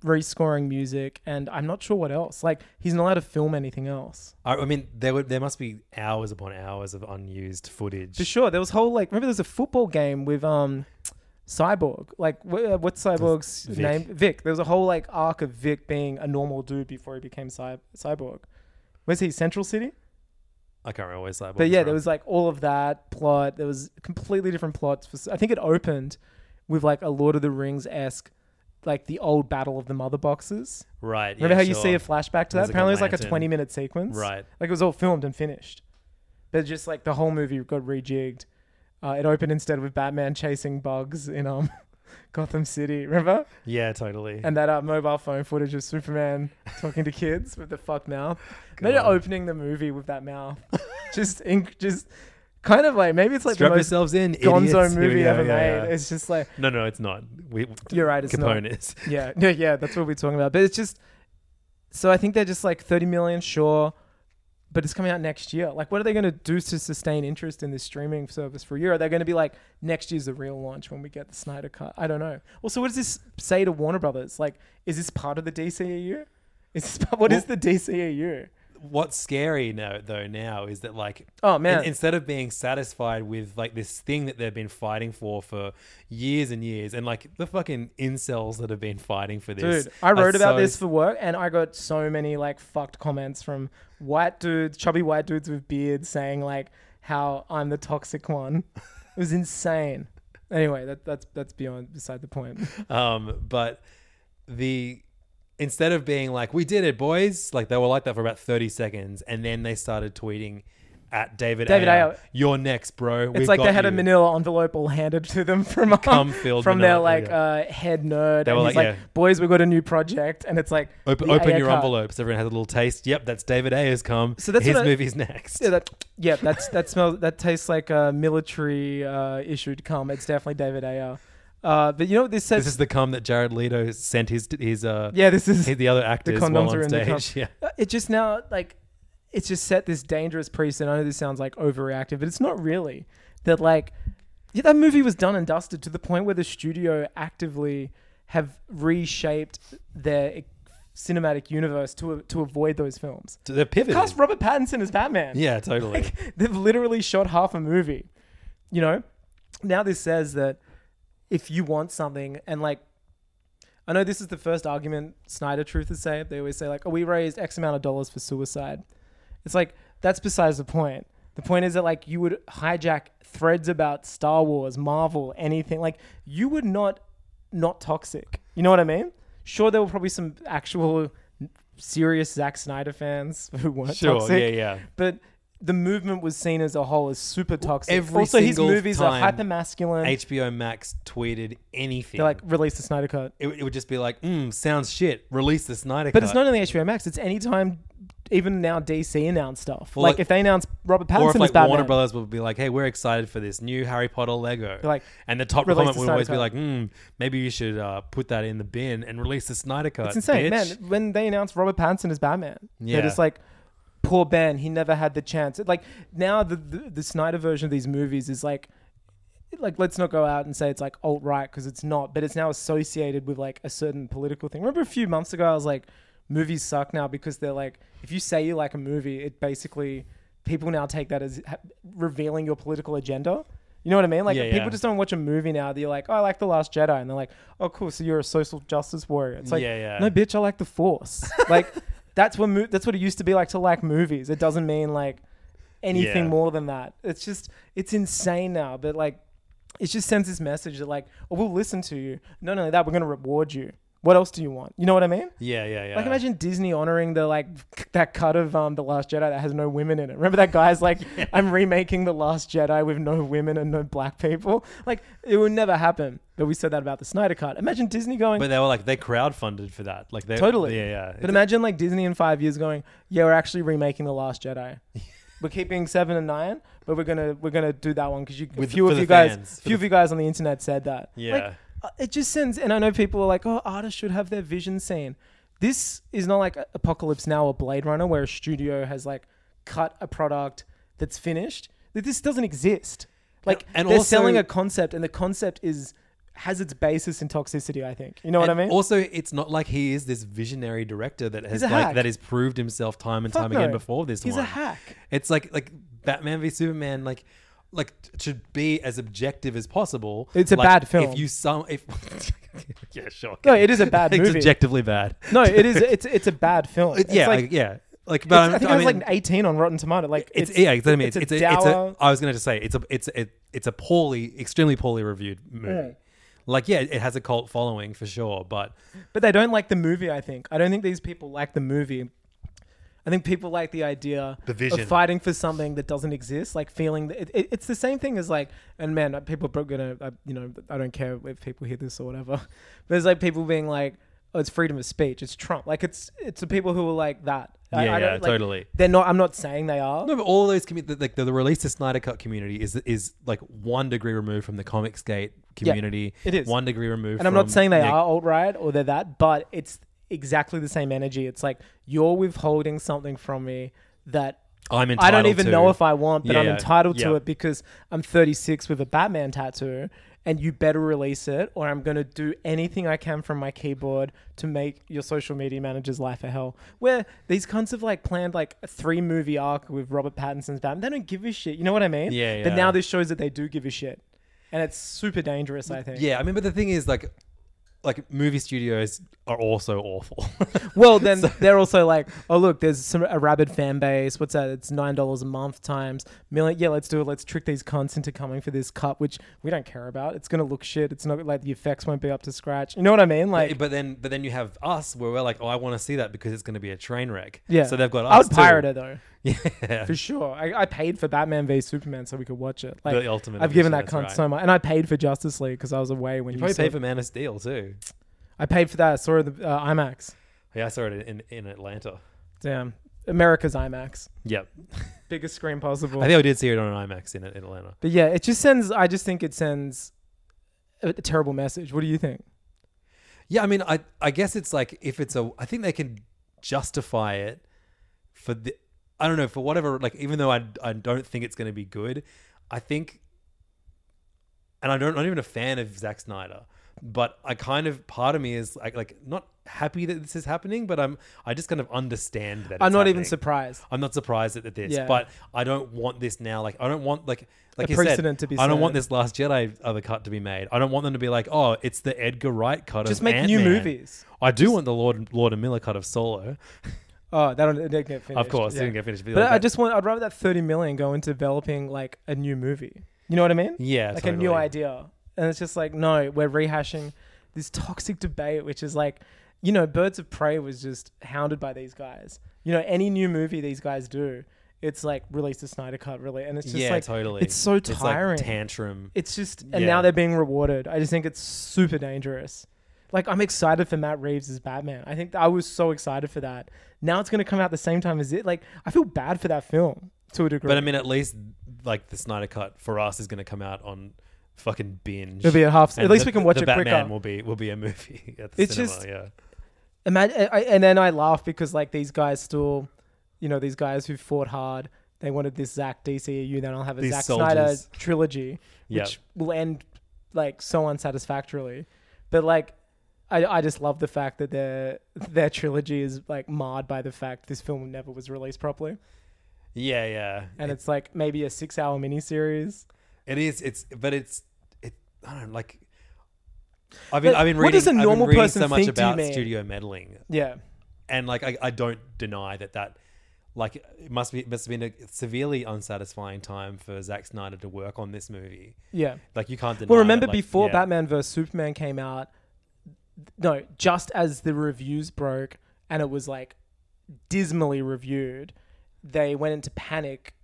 rescoring music, and I'm not sure what else. Like, he's not allowed to film anything else. I, I mean, there would there must be hours upon hours of unused footage. For sure. There was whole, like, remember there was a football game with, um, Cyborg, like wh- uh, what's Cyborg's Vic. name? Vic. There was a whole like arc of Vic being a normal dude before he became cy- Cyborg. Where's he? Central City. I can't remember. Where Cyborg but yeah, from. there was like all of that plot. There was completely different plots. For, I think it opened with like a Lord of the Rings esque, like the old Battle of the Mother Boxes. right. Remember yeah, how you sure. see a flashback There's, to that? like, a Apparently, it was like a lantern. twenty minute sequence. Right. Like it was all filmed and finished, but just like the whole movie got rejigged. Uh, it opened instead with Batman chasing bugs in um Gotham City. Remember? Yeah, totally. and that uh, mobile phone footage of Superman talking to kids with the fuck mouth. Imagine God. opening the movie with that mouth, just in, just kind of like maybe it's like Strap the most yourselves in, idiots. Gonzo Here we movie go, ever yeah, made. yeah. It's just like No, no, it's not. We, You're right, it's Capone not. is. yeah, yeah, yeah. That's what we're talking about. But it's just so I think they're just like thirty million, sure, but it's coming out next year. Like, what are they going to do to sustain interest in this streaming service for a year? Are they going to be like next year's the real launch when we get the Snyder cut? I don't know. Also, what does this say to Warner Brothers? Like, is this part of the DCEU? Is this part, what is Well- the DCEU? What's scary now, though, now is that like, Oh, man. in- instead of being satisfied with like this thing that they've been fighting for for years and years, and like the fucking incels that have been fighting for this, Dude, I are wrote about so this for work and I got so many like fucked comments from white dudes, chubby white dudes with beards saying like how I'm the toxic one. it was insane. Anyway, that, that's that's beyond beside the point. Um, but the instead of being like, "We did it, boys," like they were like that for about thirty seconds, and then they started tweeting at David. David Ayer, Ayer. you're next, bro. It's like they had a manila envelope all handed to them from uh, Cum filled from their manila, oh, like yeah. uh, head nerd. They and were like, he's like, yeah. boys, we got a new project and it's like Open, the open Ayer your cut. envelopes. Everyone has a little taste. Yep, that's David Ayer's come. So that's his what I- movie's next. Yeah, that yeah, that's that smells that tastes like a military uh, issued cum. It's definitely David Ayer. Uh, but you know what this says? this is the cum that Jared Leto sent his his uh yeah, this is his, the other actors while condoms are on in the cum. stage. Yeah. Uh, it just now like it's just set this dangerous precedent. I know this sounds like overreactive, but it's not really. That like yeah, that movie was done and dusted to the point where the studio actively have reshaped their e, cinematic universe to to avoid those films. They're pivoted. Cast Robert Pattinson as Batman. yeah, totally. They've literally shot half a movie. You know? Now this says that if you want something and like I know this is the first argument Snyder truthers say. They always say like, "Oh, we raised X amount of dollars for suicide." It's like that's besides the point. The point is that like you would hijack threads about Star Wars, Marvel, anything. Like you would not not toxic. You know what I mean? Sure, there were probably some actual serious Zack Snyder fans who weren't Sure, toxic. yeah, yeah. But the movement was seen as a whole as super toxic. Every also, his single movies are time hyper masculine. HBO Max tweeted anything. They're like release the Snyder cut. it, would- it would just be like, mm, sounds shit. Release the Snyder But Cut. it's not only HBO Max. It's any time, even now DC announced stuff. Well, like, like- if they announce Robert or Pattinson if as like Batman, Warner Brothers would be like, "Hey, we're excited for this new Harry Potter Lego," They're like, and the top "Release comment the would Snyder always be Cut." like, mm, "Maybe you should uh, put that in the bin and release the Snyder Cut." it's insane, bitch." man. When they announced Robert Pattinson as Batman, Yeah. they're just like, poor Ben, he never had the chance. Like now, the, the the Snyder version of these movies is like. Like, let's not go out and say it's like alt right because it's not, but it's now associated with like a certain political thing. Remember a few months ago, I was like, movies suck now because they're like, if you say you like a movie, it basically people now take that as ha- revealing your political agenda. You know what I mean? Like, Yeah, people yeah. just don't watch a movie now that you're like, oh, I like The Last Jedi. And they're like, oh, cool. So you're a social justice warrior. It's like, Yeah, yeah. no, bitch, I like the Force. like that's what mo- that's what it used to be like to like movies. It doesn't mean like anything Yeah. more than that. It's just it's insane now. But like, it just sends this message that like, oh, we'll listen to you. No, no, that we're gonna reward you. What else do you want? You know what I mean? Yeah, yeah, yeah. Like imagine Disney honoring the like that cut of um the Last Jedi that has no women in it. Remember that guy's like I'm remaking the Last Jedi with no women and no black people. Like it would never happen. But we said that about the Snyder cut. Imagine Disney going But they were like, they crowdfunded for that. Like, they Totally. Yeah, yeah. But imagine like Disney in five years going, yeah, we're actually remaking the Last Jedi. we're keeping seven and nine, but we're gonna we're gonna do that one because you With- a few for of the you guys, fans, for few the- of you guys on the internet said that. Yeah. Like, uh, it just sends. And I know people are like, oh, artists should have their vision seen. This is not like uh, Apocalypse Now or Blade Runner, where a studio has like cut a product that's finished. That This doesn't exist. Like and they're also- selling a concept, and the concept is has its basis in toxicity. I think you know what I And mean. Also, it's not like he is this visionary director that has a like hack. that has proved himself time and Fuck time again no. before this He's a one. hack. It's like like Batman v Superman, like like to be as objective as possible. It's a Like, bad film. If you sum if Yeah, sure. No, okay. it is a bad it's movie. objectively bad. No, it is. It's it's a bad film. It's yeah, like, like, yeah. Like it's- but I think I'm, it I was mean, like an eighteen on Rotten Tomato. Like it's, yeah, exactly. what I mean. It's, It's, a a, it's dour- a, I was going to just say it's a it's a it's a poorly extremely poorly reviewed movie. Like yeah, it has a cult following for sure, but but they don't like the movie. I think I don't think these people like the movie. I think people like the idea The vision. of fighting for something that doesn't exist, like feeling that it, it- it's the same thing as like, and man, uh, people are gonna, uh, you know, I don't care if people hear this or whatever, but it's like people being like, oh, it's freedom of speech, it's Trump. Like it's it's the people who are like that. I- Yeah, I don't- yeah, like, totally. They're not. I'm not saying they are. No, but all those community, like the, the release to Snyder Cut community, is is like one degree removed from the Comicsgate community. it is. one degree removed. and I'm not from saying they Nick- are alt right or they're that, but it's exactly the same energy. It's like you're withholding something from me that I'm I don't entitled even to- know if I want, but Yeah, I'm yeah, entitled to yeah. it because I'm 36 with a Batman tattoo, and you better release it, or I'm gonna do anything I can from my keyboard to make your social media manager's life a hell. Where these cunts have like planned like a three movie arc with Robert Pattinson's Batman, they don't give a shit. You know what I mean? Yeah, But yeah. now this shows that they do give a shit, and it's super dangerous. I think. Yeah, I mean, but the thing is, like, like movie studios are also awful. Well, then they're also like, oh look, there's some a rabid fan base. What's that? It's nine dollars a month times million. Yeah, let's do it. Let's trick these cunts into coming for this cup, which we don't care about. It's gonna look shit. It's not like the effects won't be up to scratch. You know what I mean? Like, but then, but then you have us where we're like, oh, I want to see that because it's going to be a train wreck. yeah. So they've got us. I would too. pirate it though, Yeah. for sure. I, I paid for Batman v Superman so we could watch it. Like, The Ultimate I've given that Edition, cunt that's so much, and I paid for Justice League because I was away when You you, probably saw- pay for Man of Steel too. I paid for that. I saw it at the uh, IMAX. Yeah, I saw it in in Atlanta. Damn, America's IMAX, Yep. biggest screen possible. I think I did see it on an IMAX in, in Atlanta. But yeah, it just sends. I just think it sends a, a terrible message. What do you think? Yeah, I mean, I I guess it's like if it's a, I think they can justify it for the, I don't know, for whatever. Like, even though I I don't think it's going to be good, I think, and I don't, not even a fan of Zack Snyder, but I kind of part of me is like like not happy that this is happening, but I'm I just kind of understand that. I'm it's not even happening. surprised. I'm not surprised at this, Yeah. but I don't want this now. Like I don't want like like A you said, precedent to be I don't set. want this Last Jedi other cut to be made. I don't want them to be like, oh, it's the Edgar Wright cut. Just of make new Ant-Man. movies. I do want the Lord Lord and Miller cut of Solo. Oh, that don't- it didn't get finished. Of course, it didn't get finished. But Like I that- just want. I'd rather that 30 million go into developing like a new movie. You know what I mean? Yeah, like a new totally. idea. And it's just like, no, we're rehashing this toxic debate, which is like, you know, Birds of Prey was just hounded by these guys. You know, any new movie these guys do, it's like release the Snyder Cut, really, and it's just yeah, like totally. It's so like tiring. tantrum. It's just, and Yeah. now they're being rewarded. I just think it's super dangerous. Like, I'm excited for Matt Reeves as Batman. I think I was so excited for that. Now it's going to come out the same time as it. Like, I feel bad for that film to a degree. But I mean, at least like the Snyder cut for us is going to come out on fucking binge. It'll be at half- at And least the- we can watch the it quicker. Batman will be will be a movie at the It's cinema. just- yeah. Imagine, I, and then I laugh because, like, these guys still, you know, these guys who fought hard, they wanted this Zack DCEU, then I'll have a These Zack Snyder soldiers. trilogy, Yeah. which will end, like, so unsatisfactorily. But, like, I, I just love the fact that their their trilogy is like marred by the fact this film never was released properly. Yeah, yeah. and it's like maybe a six hour miniseries. It is. It's but it's it. I don't know, like. I've been Like, I've been reading. what does a I've been normal reading person so much think, do you about mean? studio meddling, Yeah. and like I, I don't deny that that like it must be it must have been a severely unsatisfying time for Zack Snyder to work on this movie. Yeah. Like you can't deny. Well, remember that, like, before yeah. Batman vs. Superman came out, no, just as the reviews broke and it was like dismally reviewed, they went into panic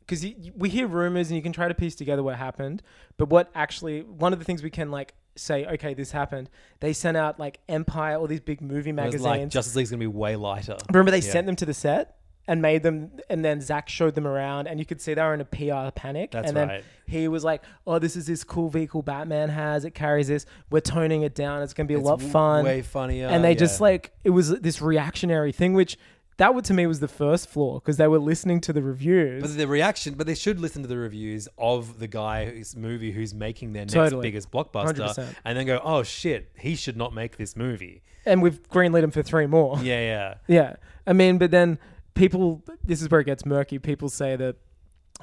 because we hear rumors and you can try to piece together what happened. But what actually, one of the things we can like say, okay, this happened, they sent out like Empire, all these big movie It was magazines. like Justice League's gonna be way lighter. Remember they Yeah. sent them to the set and made them, and then Zach showed them around, and you could see they were in a PR panic. That's and then right. He was like, "Oh, this is this cool vehicle Batman has. It carries this. We're toning it down. It's gonna be a It's lot w- fun." way funnier, And they just yeah. like it was this reactionary thing, which that would to me was the first flaw because they were listening to the reviews. But the reaction, but they should listen to the reviews of the guy whose movie who's making their next Totally. biggest blockbuster, 100%. and then go, "Oh shit, he should not make this movie." and we've greenlit them for three more. Yeah, yeah. Yeah. I mean, but then people, this is where it gets murky. People say that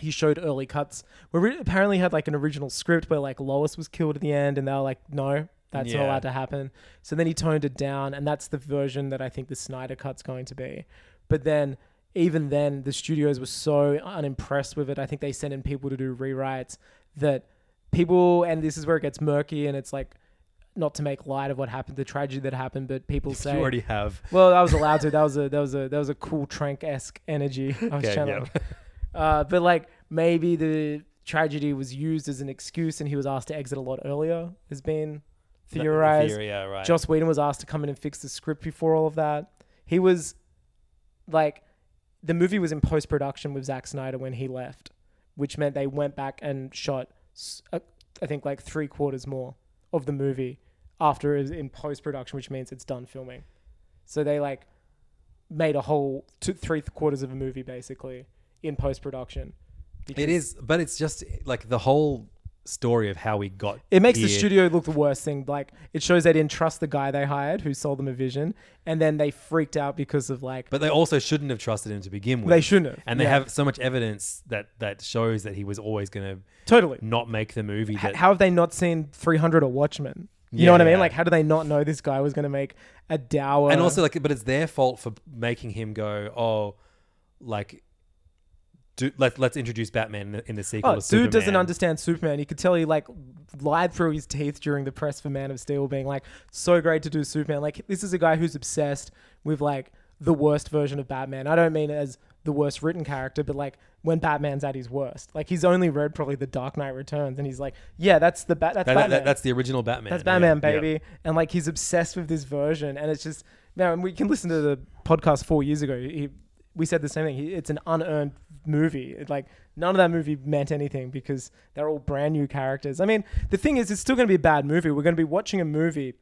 he showed early cuts where it apparently had like an original script where like Lois was killed at the end and they were like, no, that's not Yeah. allowed to happen. So then he toned it down and that's the version that I think the Snyder cut's going to be. But then even then the studios were so unimpressed with it. I think they sent in people to do rewrites that people, and this is where it gets murky and it's like, not to make light of what happened, the tragedy that happened, but people say You already have. well, I was allowed to. That was a that was a that was a cool trank esque energy I was Okay, channeling. Uh, but like maybe the tragedy was used as an excuse, and he was asked to exit a lot earlier. Has been The- the theorize. theory, yeah, right. Joss Whedon was asked to come in and fix the script before all of that. He was like, the movie was in post production with Zack Snyder when he left, which meant they went back and shot, s- uh, I think, like three quarters more of the movie after it was in post production, which means it's done filming. So they like made a whole two, three quarters of a movie basically in post production. It is, but it's just like the whole story of how we got. It makes the here. studio look the worst thing. Like it shows they didn't trust the guy they hired who sold them a vision, and then they freaked out because of like. But they also shouldn't have trusted him to begin with. They shouldn't have, And they yeah. have so much evidence that that shows that he was always going to totally. not make the movie. H- That how have they not seen 300 or Watchmen? You know what I Yeah. mean? Like, how do they not know this guy was going to make a dour? and also like, but it's their fault for making him go. Oh, like, do, let let's introduce Batman in the, in the sequel. oh, to dude Superman. doesn't understand Superman. You could tell he like lied through his teeth during the press for Man of Steel, being like, "So great to do Superman." Like, this is a guy who's obsessed with like the worst version of Batman. I don't mean as the worst written character, but like when Batman's at his worst. Like, he's only read probably The Dark Knight Returns, and he's like, "Yeah, that's the bat. That's That- that- Batman. that- that's the original Batman. That's Batman, Yeah, yeah. baby. And like he's obsessed with this version, and it's just now. And we can listen to the podcast four years ago. He, we said the same thing. He, it's an unearned movie. It, like none of that movie meant anything because they're all brand new characters. I mean, the thing is, it's still going to be a bad movie. We're going to be watching a movie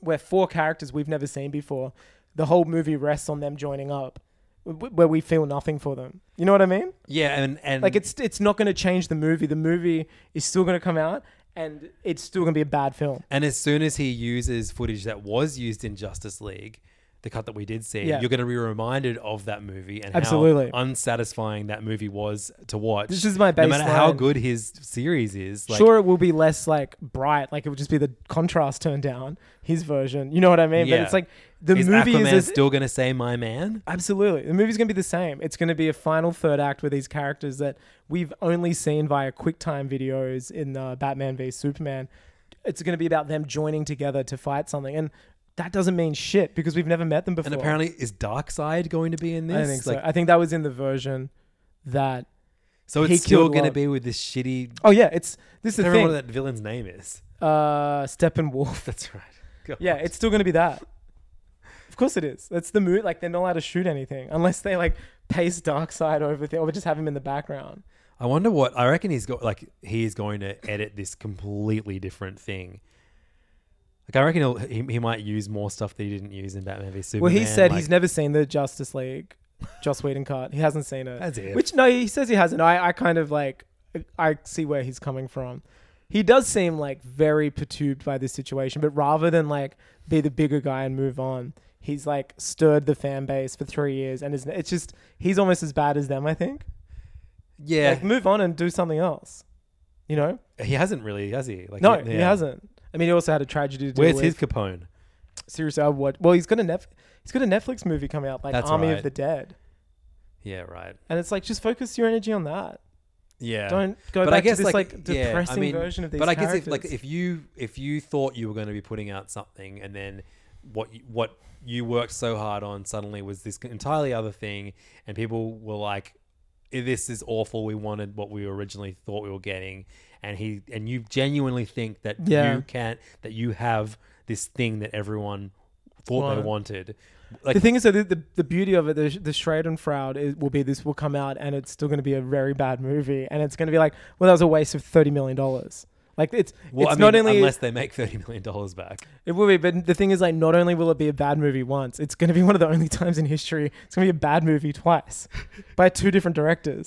where four characters we've never seen before. The whole movie rests on them joining up, wh- where we feel nothing for them. You know what I mean? Yeah, and and Like it's it's not going to change the movie. The movie is still going to come out, and it's still going to be a bad film. And as soon as he uses footage that was used in Justice League, the cut that we did see, Yeah. you're going to be reminded of that movie and Absolutely. how unsatisfying that movie was to watch. This is my No matter how baseline. good his series is, like, sure, it will be less like bright. Like it would just be the contrast turned down. His version, you know what I mean? But Yeah. it's like the is movie Aquaman is still going to say "My Man"? absolutely the movie's gonna be the same. It's gonna be a final third act with these characters that we've only seen via QuickTime videos in uh, Batman v Superman. It's gonna be about them joining together to fight something, and that doesn't mean shit because we've never met them before. And apparently, is Darkseid going to be in this? I don't think like, so. I think that was in the version that. so he it's still killed going to Lon- be with this shitty. Oh yeah, it's I this is the don't remember thing. what that villain's name is. Uh, Steppenwolf. That's right. God. Yeah, it's still going to be that. Of course it is. That's the mood. Like they're not allowed to shoot anything unless they like paste Darkseid over thing, or just have him in the background. I wonder what I reckon he's got. Like he is going to edit this completely different thing. Like I reckon he'll, he he might use more stuff that he didn't use in Batman v Superman. well, he said he's like- never seen the Justice League, Joss Whedon cut. He hasn't seen it. That's it. Which no, he says he hasn't. I, I kind of like I see where he's coming from. He does seem like very perturbed by this situation, but rather than like be the bigger guy and move on, he's like stirred the fan base for three years, and is it's just he's almost as bad as them. I think. yeah. Like move on and do something else. You know? he hasn't really, has he? Like, No, yeah. he hasn't. I mean, he also had a tragedy to do Where's with. his Capone? Seriously, I watch. Well, he's got a Netf- he's got a Netflix movie coming out, like That's Army right. of the Dead, Yeah, right. and it's like just focus your energy on that. Yeah. Don't go back to this, like, depressing version of these But I guess if like characters. if you if you thought you were going to be putting out something and then what you, what you worked so hard on suddenly was this entirely other thing and people were like "Eh, this is awful we wanted what we originally thought we were getting and he and you genuinely think that Yeah. you can't that you have this thing that everyone thought they Wanted. wanted like the thing is, though, the, the, the beauty of it, the, the Schadenfreude is, will be this will come out and it's still going to be a very bad movie. And it's going to be like, well, that was a waste of $30 million. Like, it's, well, it's I mean, not only. unless they make 30 million dollars back It will be, but the thing is, like, not only will it be a bad movie once, it's going to be one of the only times in history it's going to be a bad movie twice by two different directors.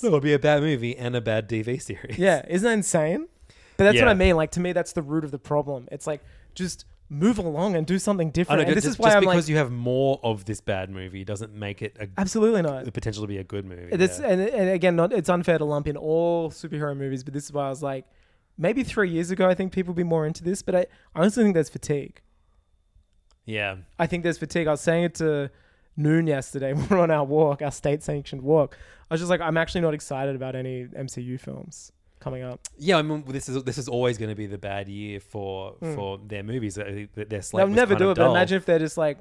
So it'll be a bad movie and a bad DV series. Yeah, isn't that insane? But that's Yeah. what I mean. Like, to me, that's the root of the problem. It's like just move along and do something I different. don't know. and this Oh, just, is why just I'm because like, you have more of this bad movie doesn't make it a, absolutely not. the potential to be a good movie. This yeah. and, and again, not it's unfair to lump in all superhero movies, but this is why I was like, maybe three years ago, I think people would be more into this. But I honestly think there's fatigue. yeah. I think there's fatigue. I was saying it to Noon yesterday. We were on our walk, our state sanctioned walk. I was just like, I'm actually not excited about any MCU films coming up. Yeah, I mean, this is this is always going to be the bad year for for their movies. I think that Their slate Hmm. They'll was never kind do of it, but dull. imagine if they're just like,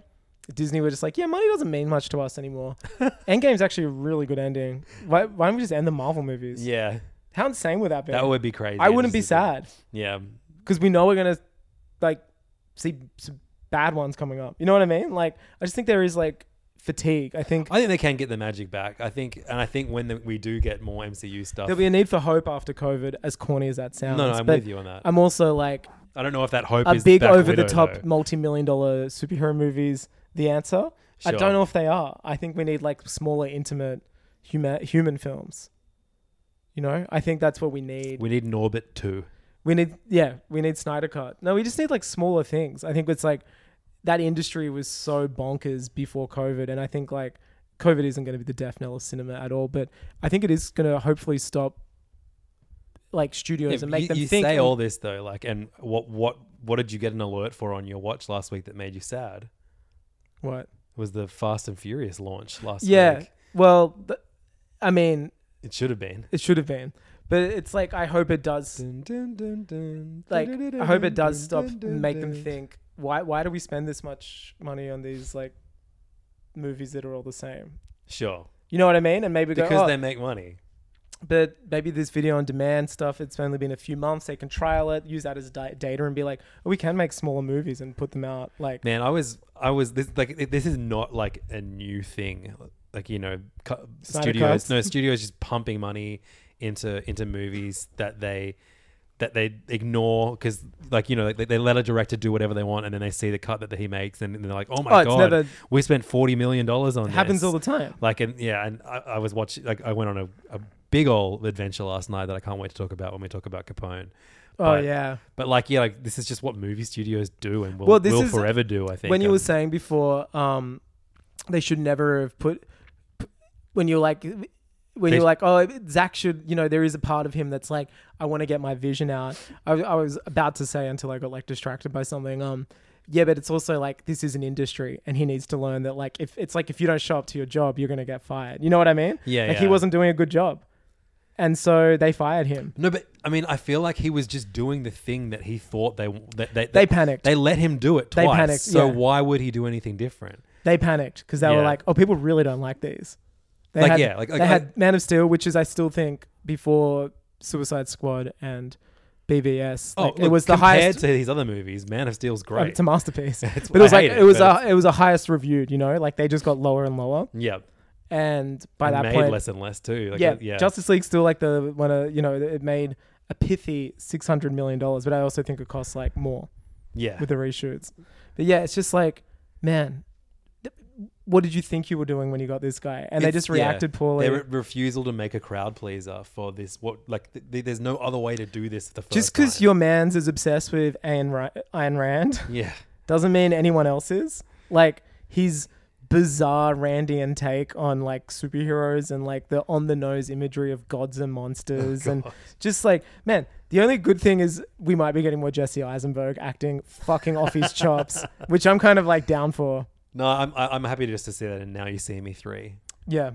Disney were just like, yeah, money doesn't mean much to us anymore. Endgame's actually a really good ending. Why, why don't we just end the Marvel movies? Yeah, How insane would that be? that would be crazy. I wouldn't be Just a bit- sad Yeah, because we know we're going to like see some bad ones coming up. You know what I mean? Like I just think there is like fatigue. I think I think they can get the magic back. I think, and I think when the, we do get more MCU stuff, there'll be a need for hope after COVID. As corny as that sounds, no, no, I'm but with you on that. I'm also like I don't know if that hope a is big Black over the Widow, top though. multi million dollar superhero movies the answer? I Sure. don't know if they are. I think we need like smaller, intimate human human films. You know, I think that's what we need. We need an orbit too. We need, yeah, we need Snyder Cut. No, we just need like smaller things. I think it's like that industry was so bonkers before COVID, and I think like COVID isn't going to be the death knell of cinema at all. But I think it is going to hopefully stop like studios and make you, them you think. say and- all this though, like, and what what what did you get an alert for on your watch last week that made you sad? what? Was the Fast and Furious launch last Yeah. week? Well, th- I mean, It should have been. it should have been, but it's like I hope it does. Like I hope it does stop and make them think. Why? Why do we spend this much money on these like movies that are all the same? Sure, You know what I mean? And maybe go, because "Oh, they make money. but maybe this video on demand stuff, it's only been a few months. They can trial it, use that as di- data, and be like, oh, we can make smaller movies and put them out. Like, Man, I was I was this like it- this is not like a new thing. Like you know, cu- Snyder studios cuts. no studios just pumping money into into movies that they that they ignore because like you know like, they, they let a director do whatever they want and then they see the cut that he makes and, they're like oh Oh, my it's god never- we spent 40 million dollars on it happens this." all the time. like and yeah and I, I was watching like I went on a, a big old adventure last night that I can't wait to talk about when we talk about Capone Oh, But- yeah. but like yeah like this is just what movie studios do and will, Well, this will is- forever do I think When you Um, were saying before, um, they should never have put, p- when you're like, when They- you're like, oh, Zach should, you know, there is a part of him that's like, I want to get my vision out. I, I was about to say until I got like distracted by something. Um, yeah, but it's also like this is an industry, and he needs to learn that like if it's like if you don't show up to your job, you're gonna get fired. You know what I mean? Yeah, Like he yeah. wasn't doing a good job, and so they fired him. No, but I mean, I feel like he was just doing the thing that he thought they that, they They panicked. They let him do it They twice. panicked, so yeah. why would he do anything different? They panicked because they were Yeah. like, oh, people really don't like these. They Like, had, yeah, like- like- they had like- Man of Steel, which is I still think before Suicide Squad and BBS, like, it Oh, look, was the compared highest. to these other movies. Man of Steel's Uh, great. It's a masterpiece. It's- but it was I like hate it, it, was but a, it was a highest reviewed, you know, like they just got lower and lower, yeah, and by And that made point, less and less too. Like, yeah, uh, yeah. Justice League still like the one, uh, you know, it made a pithy six hundred million dollars, but I also think it costs like more yeah. with the reshoots. But yeah, it's just like, man, th- what did you think you were doing when you got this guy? And they It's- just reacted yeah. poorly. Their refusal to make a crowd pleaser for this. What like th- th- there's no other way to do this. The first just because time. your man's is obsessed with Ayn, Ra- Ayn Rand yeah. doesn't mean anyone else is. Like his bizarre Randian take on like superheroes and like the on the nose imagery of gods and monsters Oh, and just like man, the only good thing is we might be getting more Jesse Eisenberg acting fucking off his chops, which I'm kind of like down for. No, I'm I- I'm happy just to see that. And now you see me three. Yeah.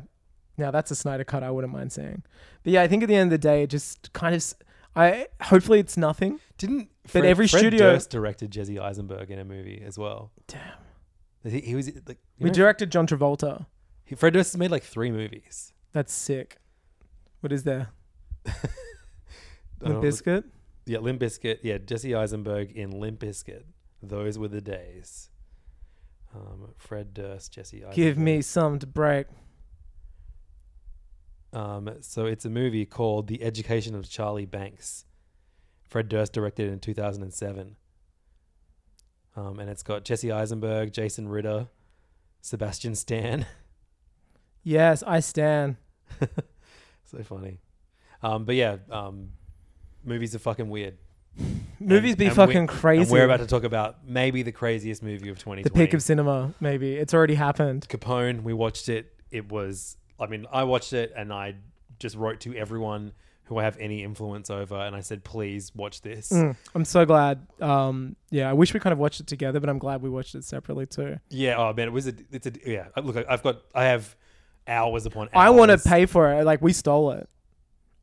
Now that's a Snyder cut. I wouldn't mind saying, but yeah, I think at the end of the day, it just kind of. s- I hopefully it's nothing. Didn't But every Fred studio- Durst directed Jesse Eisenberg in a movie as well. Damn. He, he was like you We know, directed John Travolta. he- Fred Durst has made like three movies. That's sick. What is there? I Limp don't- Biscuit. Uh, Yeah, Limp Biscuit. Yeah, Jesse Eisenberg in Limp Biscuit. Those were the days. Um, Fred Durst, Jesse Eisenberg. Give me some to break. Um, so it's a movie called The Education of Charlie Banks. Fred Durst directed it in 2007. Um, and it's got Jesse Eisenberg, Jason Ritter, Sebastian Stan. Yes, I stand. so funny. Um, but yeah, um, movies are fucking weird. Movies And- be and we- fucking and crazy. And we're about to talk about maybe the craziest movie of 2020. the peak of cinema. Maybe it's already happened. Capone. We watched it. It was, I mean, I watched it and I just wrote to everyone who I have any influence over and I said, please watch this. Mm, I'm so glad. Um, yeah, I wish we kind of watched it together, but I'm glad we watched it separately too. Yeah. Oh, man. It was a, it's a, yeah. Uh, Look, I- I've got, I have hours upon hours. I want to pay for it. Like we stole it.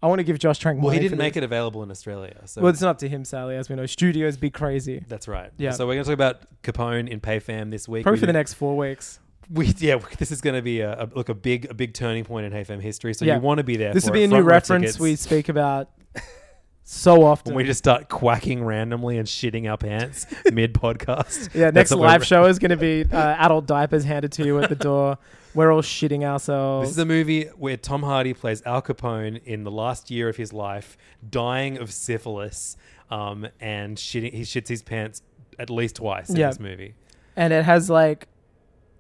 I want to give Josh Trank. Well, he money didn't for make this. it available in Australia. So Well, it's not up to him, Sally, as we know. Studios be crazy. that's right. Yeah. So we're going to talk about Capone in PayFam this week. Probably We for the did- next four weeks. we yeah this is going to be a, a look a big a big turning point in HFM history so Yeah. you want to be there This for will be it. a new Front row reference tickets. we speak about so often. When we just start quacking randomly and shitting our pants mid podcast. yeah, next live show is going to be uh, adult diapers handed to you at the door. We're all shitting ourselves. This is a movie where Tom Hardy plays Al Capone in the last year of his life, dying of syphilis, um, and shitting, he shits his pants at least twice in Yeah. this movie. and it has like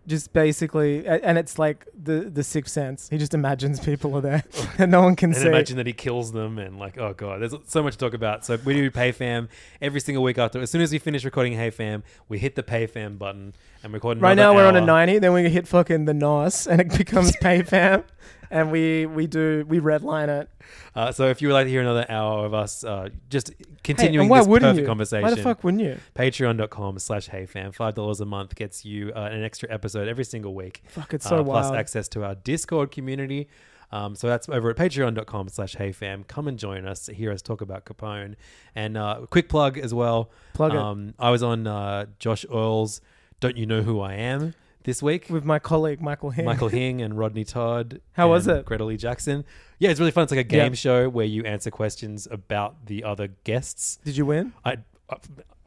just basically a- and it's like the the sixth sense he just imagines people are there and no one can And see imagine that he kills them and like, oh god, there's so much to talk about. So we do Pay Fam every single week after. As soon as we finish recording Hey Fam, we hit the Pay Fam button and record. right now another we're on a hour. 90 then we hit fucking the nos and it becomes payfam and we we do we redline it Uh, so if you would like to hear another hour of us uh, just Hey, continuing and why this wouldn't perfect you conversation, why the fuck wouldn't you patreon.com slash heyfam. $5 a month gets you uh, an extra episode every single week. uh, Fuck, it's so Plus wild. access to our Discord community. Um, so that's over at patreon.com slash heyfam. Come and join us. Hear us talk about Capone. And uh, quick plug as well. Plug it. um, I was on uh, Josh Earl's Don't You Know Who I Am this week. with my colleague michael Hing. Michael Hing and Rodney Todd. How was and it? Gretel Lee Jackson. Yeah, it's really fun. It's like a game Yeah. show where you answer questions about the other guests. did you win I, I,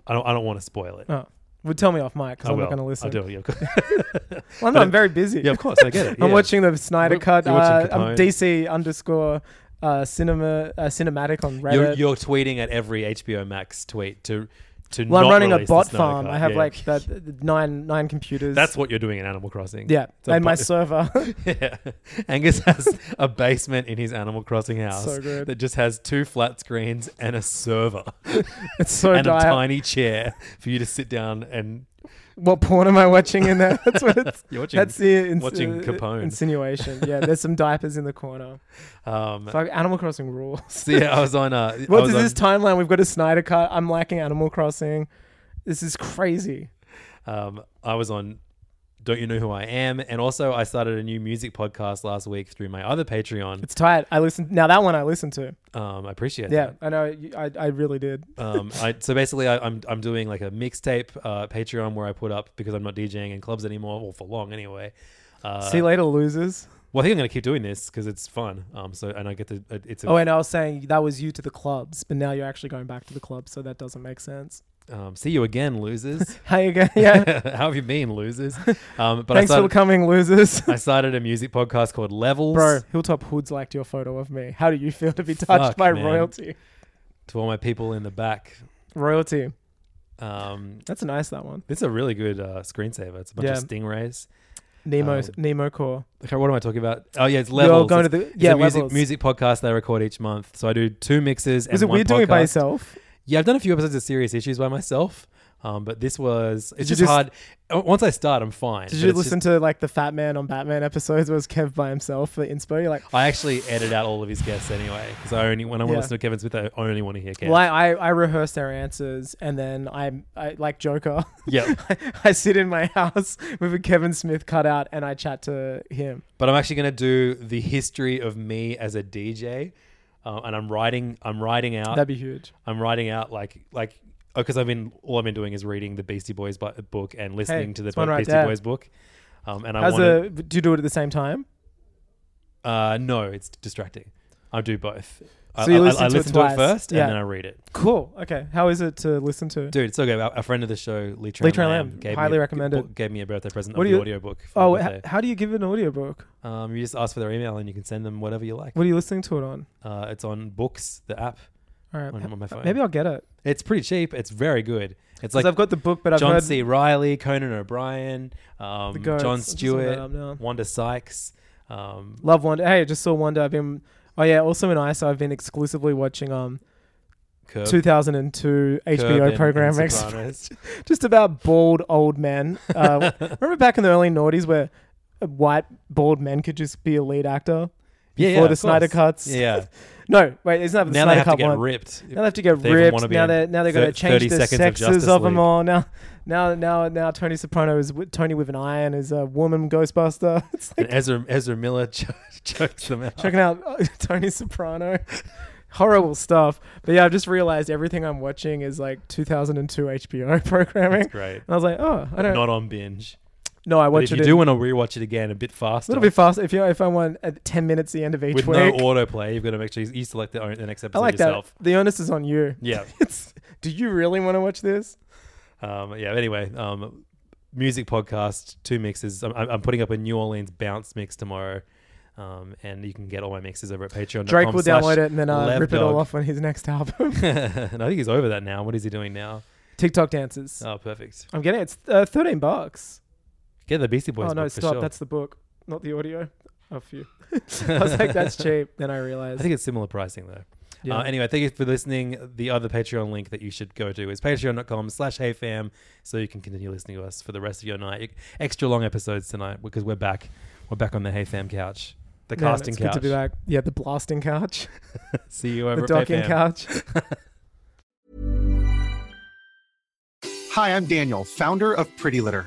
I don't. I don't want to spoil it. oh well tell me off mic because I i'm will. not going to listen I do. Yeah, of course. Well, But no, it- i'm very busy yeah, of course. I get it. I'm yeah. watching the Snyder You're- Cut. you're watching Uh, I'm Capone. DC underscore uh, cinema uh, cinematic on Reddit. You're, you're tweeting at every HBO Max tweet to to. well, I'm not running a release the bot Snyder farm. Cut. I have Yeah. like that, th- nine nine computers. That's what you're doing in Animal Crossing. yeah, It's a and my bot- server. Yeah. Angus has a basement in his Animal Crossing house So good. that just has two flat screens and a server it's so and a dire. tiny chair for you to sit down and What porn am I watching in there? That's what it's. You're watching- that's the ins- watching uh, Capone. insinuation. Yeah, there's some diapers in the corner. um Fuck, Animal Crossing rules. so yeah, I was on uh I What was is on- this timeline? We've got a Snyder Cut. I'm liking Animal Crossing. This is crazy. um, I was on Don't You Know Who I Am, and also I started a new music podcast last week through my other Patreon. It's tight. I listened. Now that one I listened to. Um, I appreciate Yeah, I know. you- I, I really did. that. Um, I, so basically, I, I'm I'm doing like a mixtape uh, Patreon where I put up because I'm not DJing in clubs anymore, or for long anyway. Uh, See you later, losers. well, I think I'm going to keep doing this because it's fun. Um, so and I get to it- it's a, Oh, and I was saying that was you to the clubs, but now you're actually going back to the club, so that doesn't make sense. um, see you again, losers. How you going? Yeah. How have you been, losers? Um, but Thanks I for started, coming, losers. I started a music podcast called Levels. Bro, Hilltop Hoods liked your photo of me. How do you feel to be touched Fuck, by man. royalty? To all my people in the back. Royalty. Um, That's nice. That one. This is a really good uh, screensaver. It's a bunch Yeah. of stingrays. Nemo. Um, Nemo Core. Okay, what am I talking about? Oh yeah, it's levels. You're going to It's- the it's yeah a music, levels. music podcast that I record each month. So I do two mixes. and Was it one weird doing it by podcast. yourself? Yeah, I've done a few episodes of Serious Issues by myself. Um, but this was it's you just, just- hard. O- Once I start, I'm fine. Did but you it's listen just- to like the Fat Man on Batman episodes? Where it was Kev by himself for inspo? You're like, I actually edit out all of his guests anyway because I only when I want Yeah. to listen to Kevin Smith, I only want to hear Kevin. well, I, I I rehearse their answers, and then I I like Joker. yeah, I sit in my house with a Kevin Smith cutout and I chat to him. but I'm actually going to do the history of me as a DJ, um, and I'm writing. I'm writing out. That'd be huge. I'm writing out like like because I've been all I've been doing is reading the Beastie Boys bu- book and listening to the it's one right Beastie there. Boys book. Um, and I How's want the? Do you do it at the same time? to uh, no, it's distracting. I do both. I, So you I- I- listen I, to it listen to twice. it first Yeah. and then I read it. Cool. Okay. How is it to listen to? Dude, it's so good. A friend of the show, Lee Tran, Tran Lam, Lam, gave me highly a- recommended. Gave me a birthday present What of do the you- audiobook. For oh, oh, h- how do you give an audiobook? um, you just ask for their email and you can send them whatever you like. What are you listening to it on? Uh, it's on Books, the app All right. on, on my phone. Maybe I'll get it. it's pretty cheap. It's very good. It's 'Cause like I've got the book, but I've John heard C. Riley, Conan O'Brien, um, goats. I'll John just look that Stewart, up now. Wanda Sykes. Um, Love Wonder. Hey, I just saw Wonder. I've been. Oh yeah. Also in ISO, I've been exclusively watching um Curb, 2002 Curb and- HBO and program X. Sopranos. just about bald old men. Uh, remember back in the early noughties where uh, white bald men could just be a lead actor. yeah, before yeah, the of Snyder course. cuts. Yeah. No, wait, isn't that the now Snyder they have Cut to get one? ripped. Now they have to get They didn't ripped. wanna be Now on they're now they're thir- going to change 30 the seconds of sexes Justice of, them League. all. Now, now, now, now, Tony Soprano is with- Tony with an iron is a woman Ghostbuster. It's like and Ezra Ezra Miller cho- chokes them out. checking out uh, Tony Soprano. Horrible stuff. But yeah, I've just realized everything I'm watching is like 2002 HBO programming. Great. And I was like, oh, I don't. Not on binge. No, I But watch if it you in do want to rewatch it again a bit faster, a little bit fast. If you if I want at ten minutes the end of each with week, no autoplay, you've got to make sure you select the, the next I episode like yourself. that. The onus is on you. Yeah. It's, do you really want to watch this? Um, yeah. Anyway, um, music podcast, two mixes. I'm, I'm I'm putting up a New Orleans bounce mix tomorrow, um, and you can get all my mixes over at Patreon. Drake will download it and then uh, rip it all off on his next album. and I think he's over that now. What is he doing now? TikTok dances. Oh, perfect. I'm getting it. It's uh, thirteen bucks. Get the Beastie Boys. oh no, book for stop! sure. That's the book, not the audio. Oh, phew. I was like, that's cheap. Then I realized. I think it's similar pricing though. Yeah. Uh, anyway, thank you for listening. The other Patreon link that you should go to is patreon.com slash heyfam so you can continue listening to us for the rest of your night. You- Extra long episodes tonight because we're back. We're back on the heyfam couch. The Man, casting it's couch. Good to be back. Yeah, the blasting couch, See you the over at docking heyfam. couch. Hi, I'm Daniel, founder of Pretty Litter.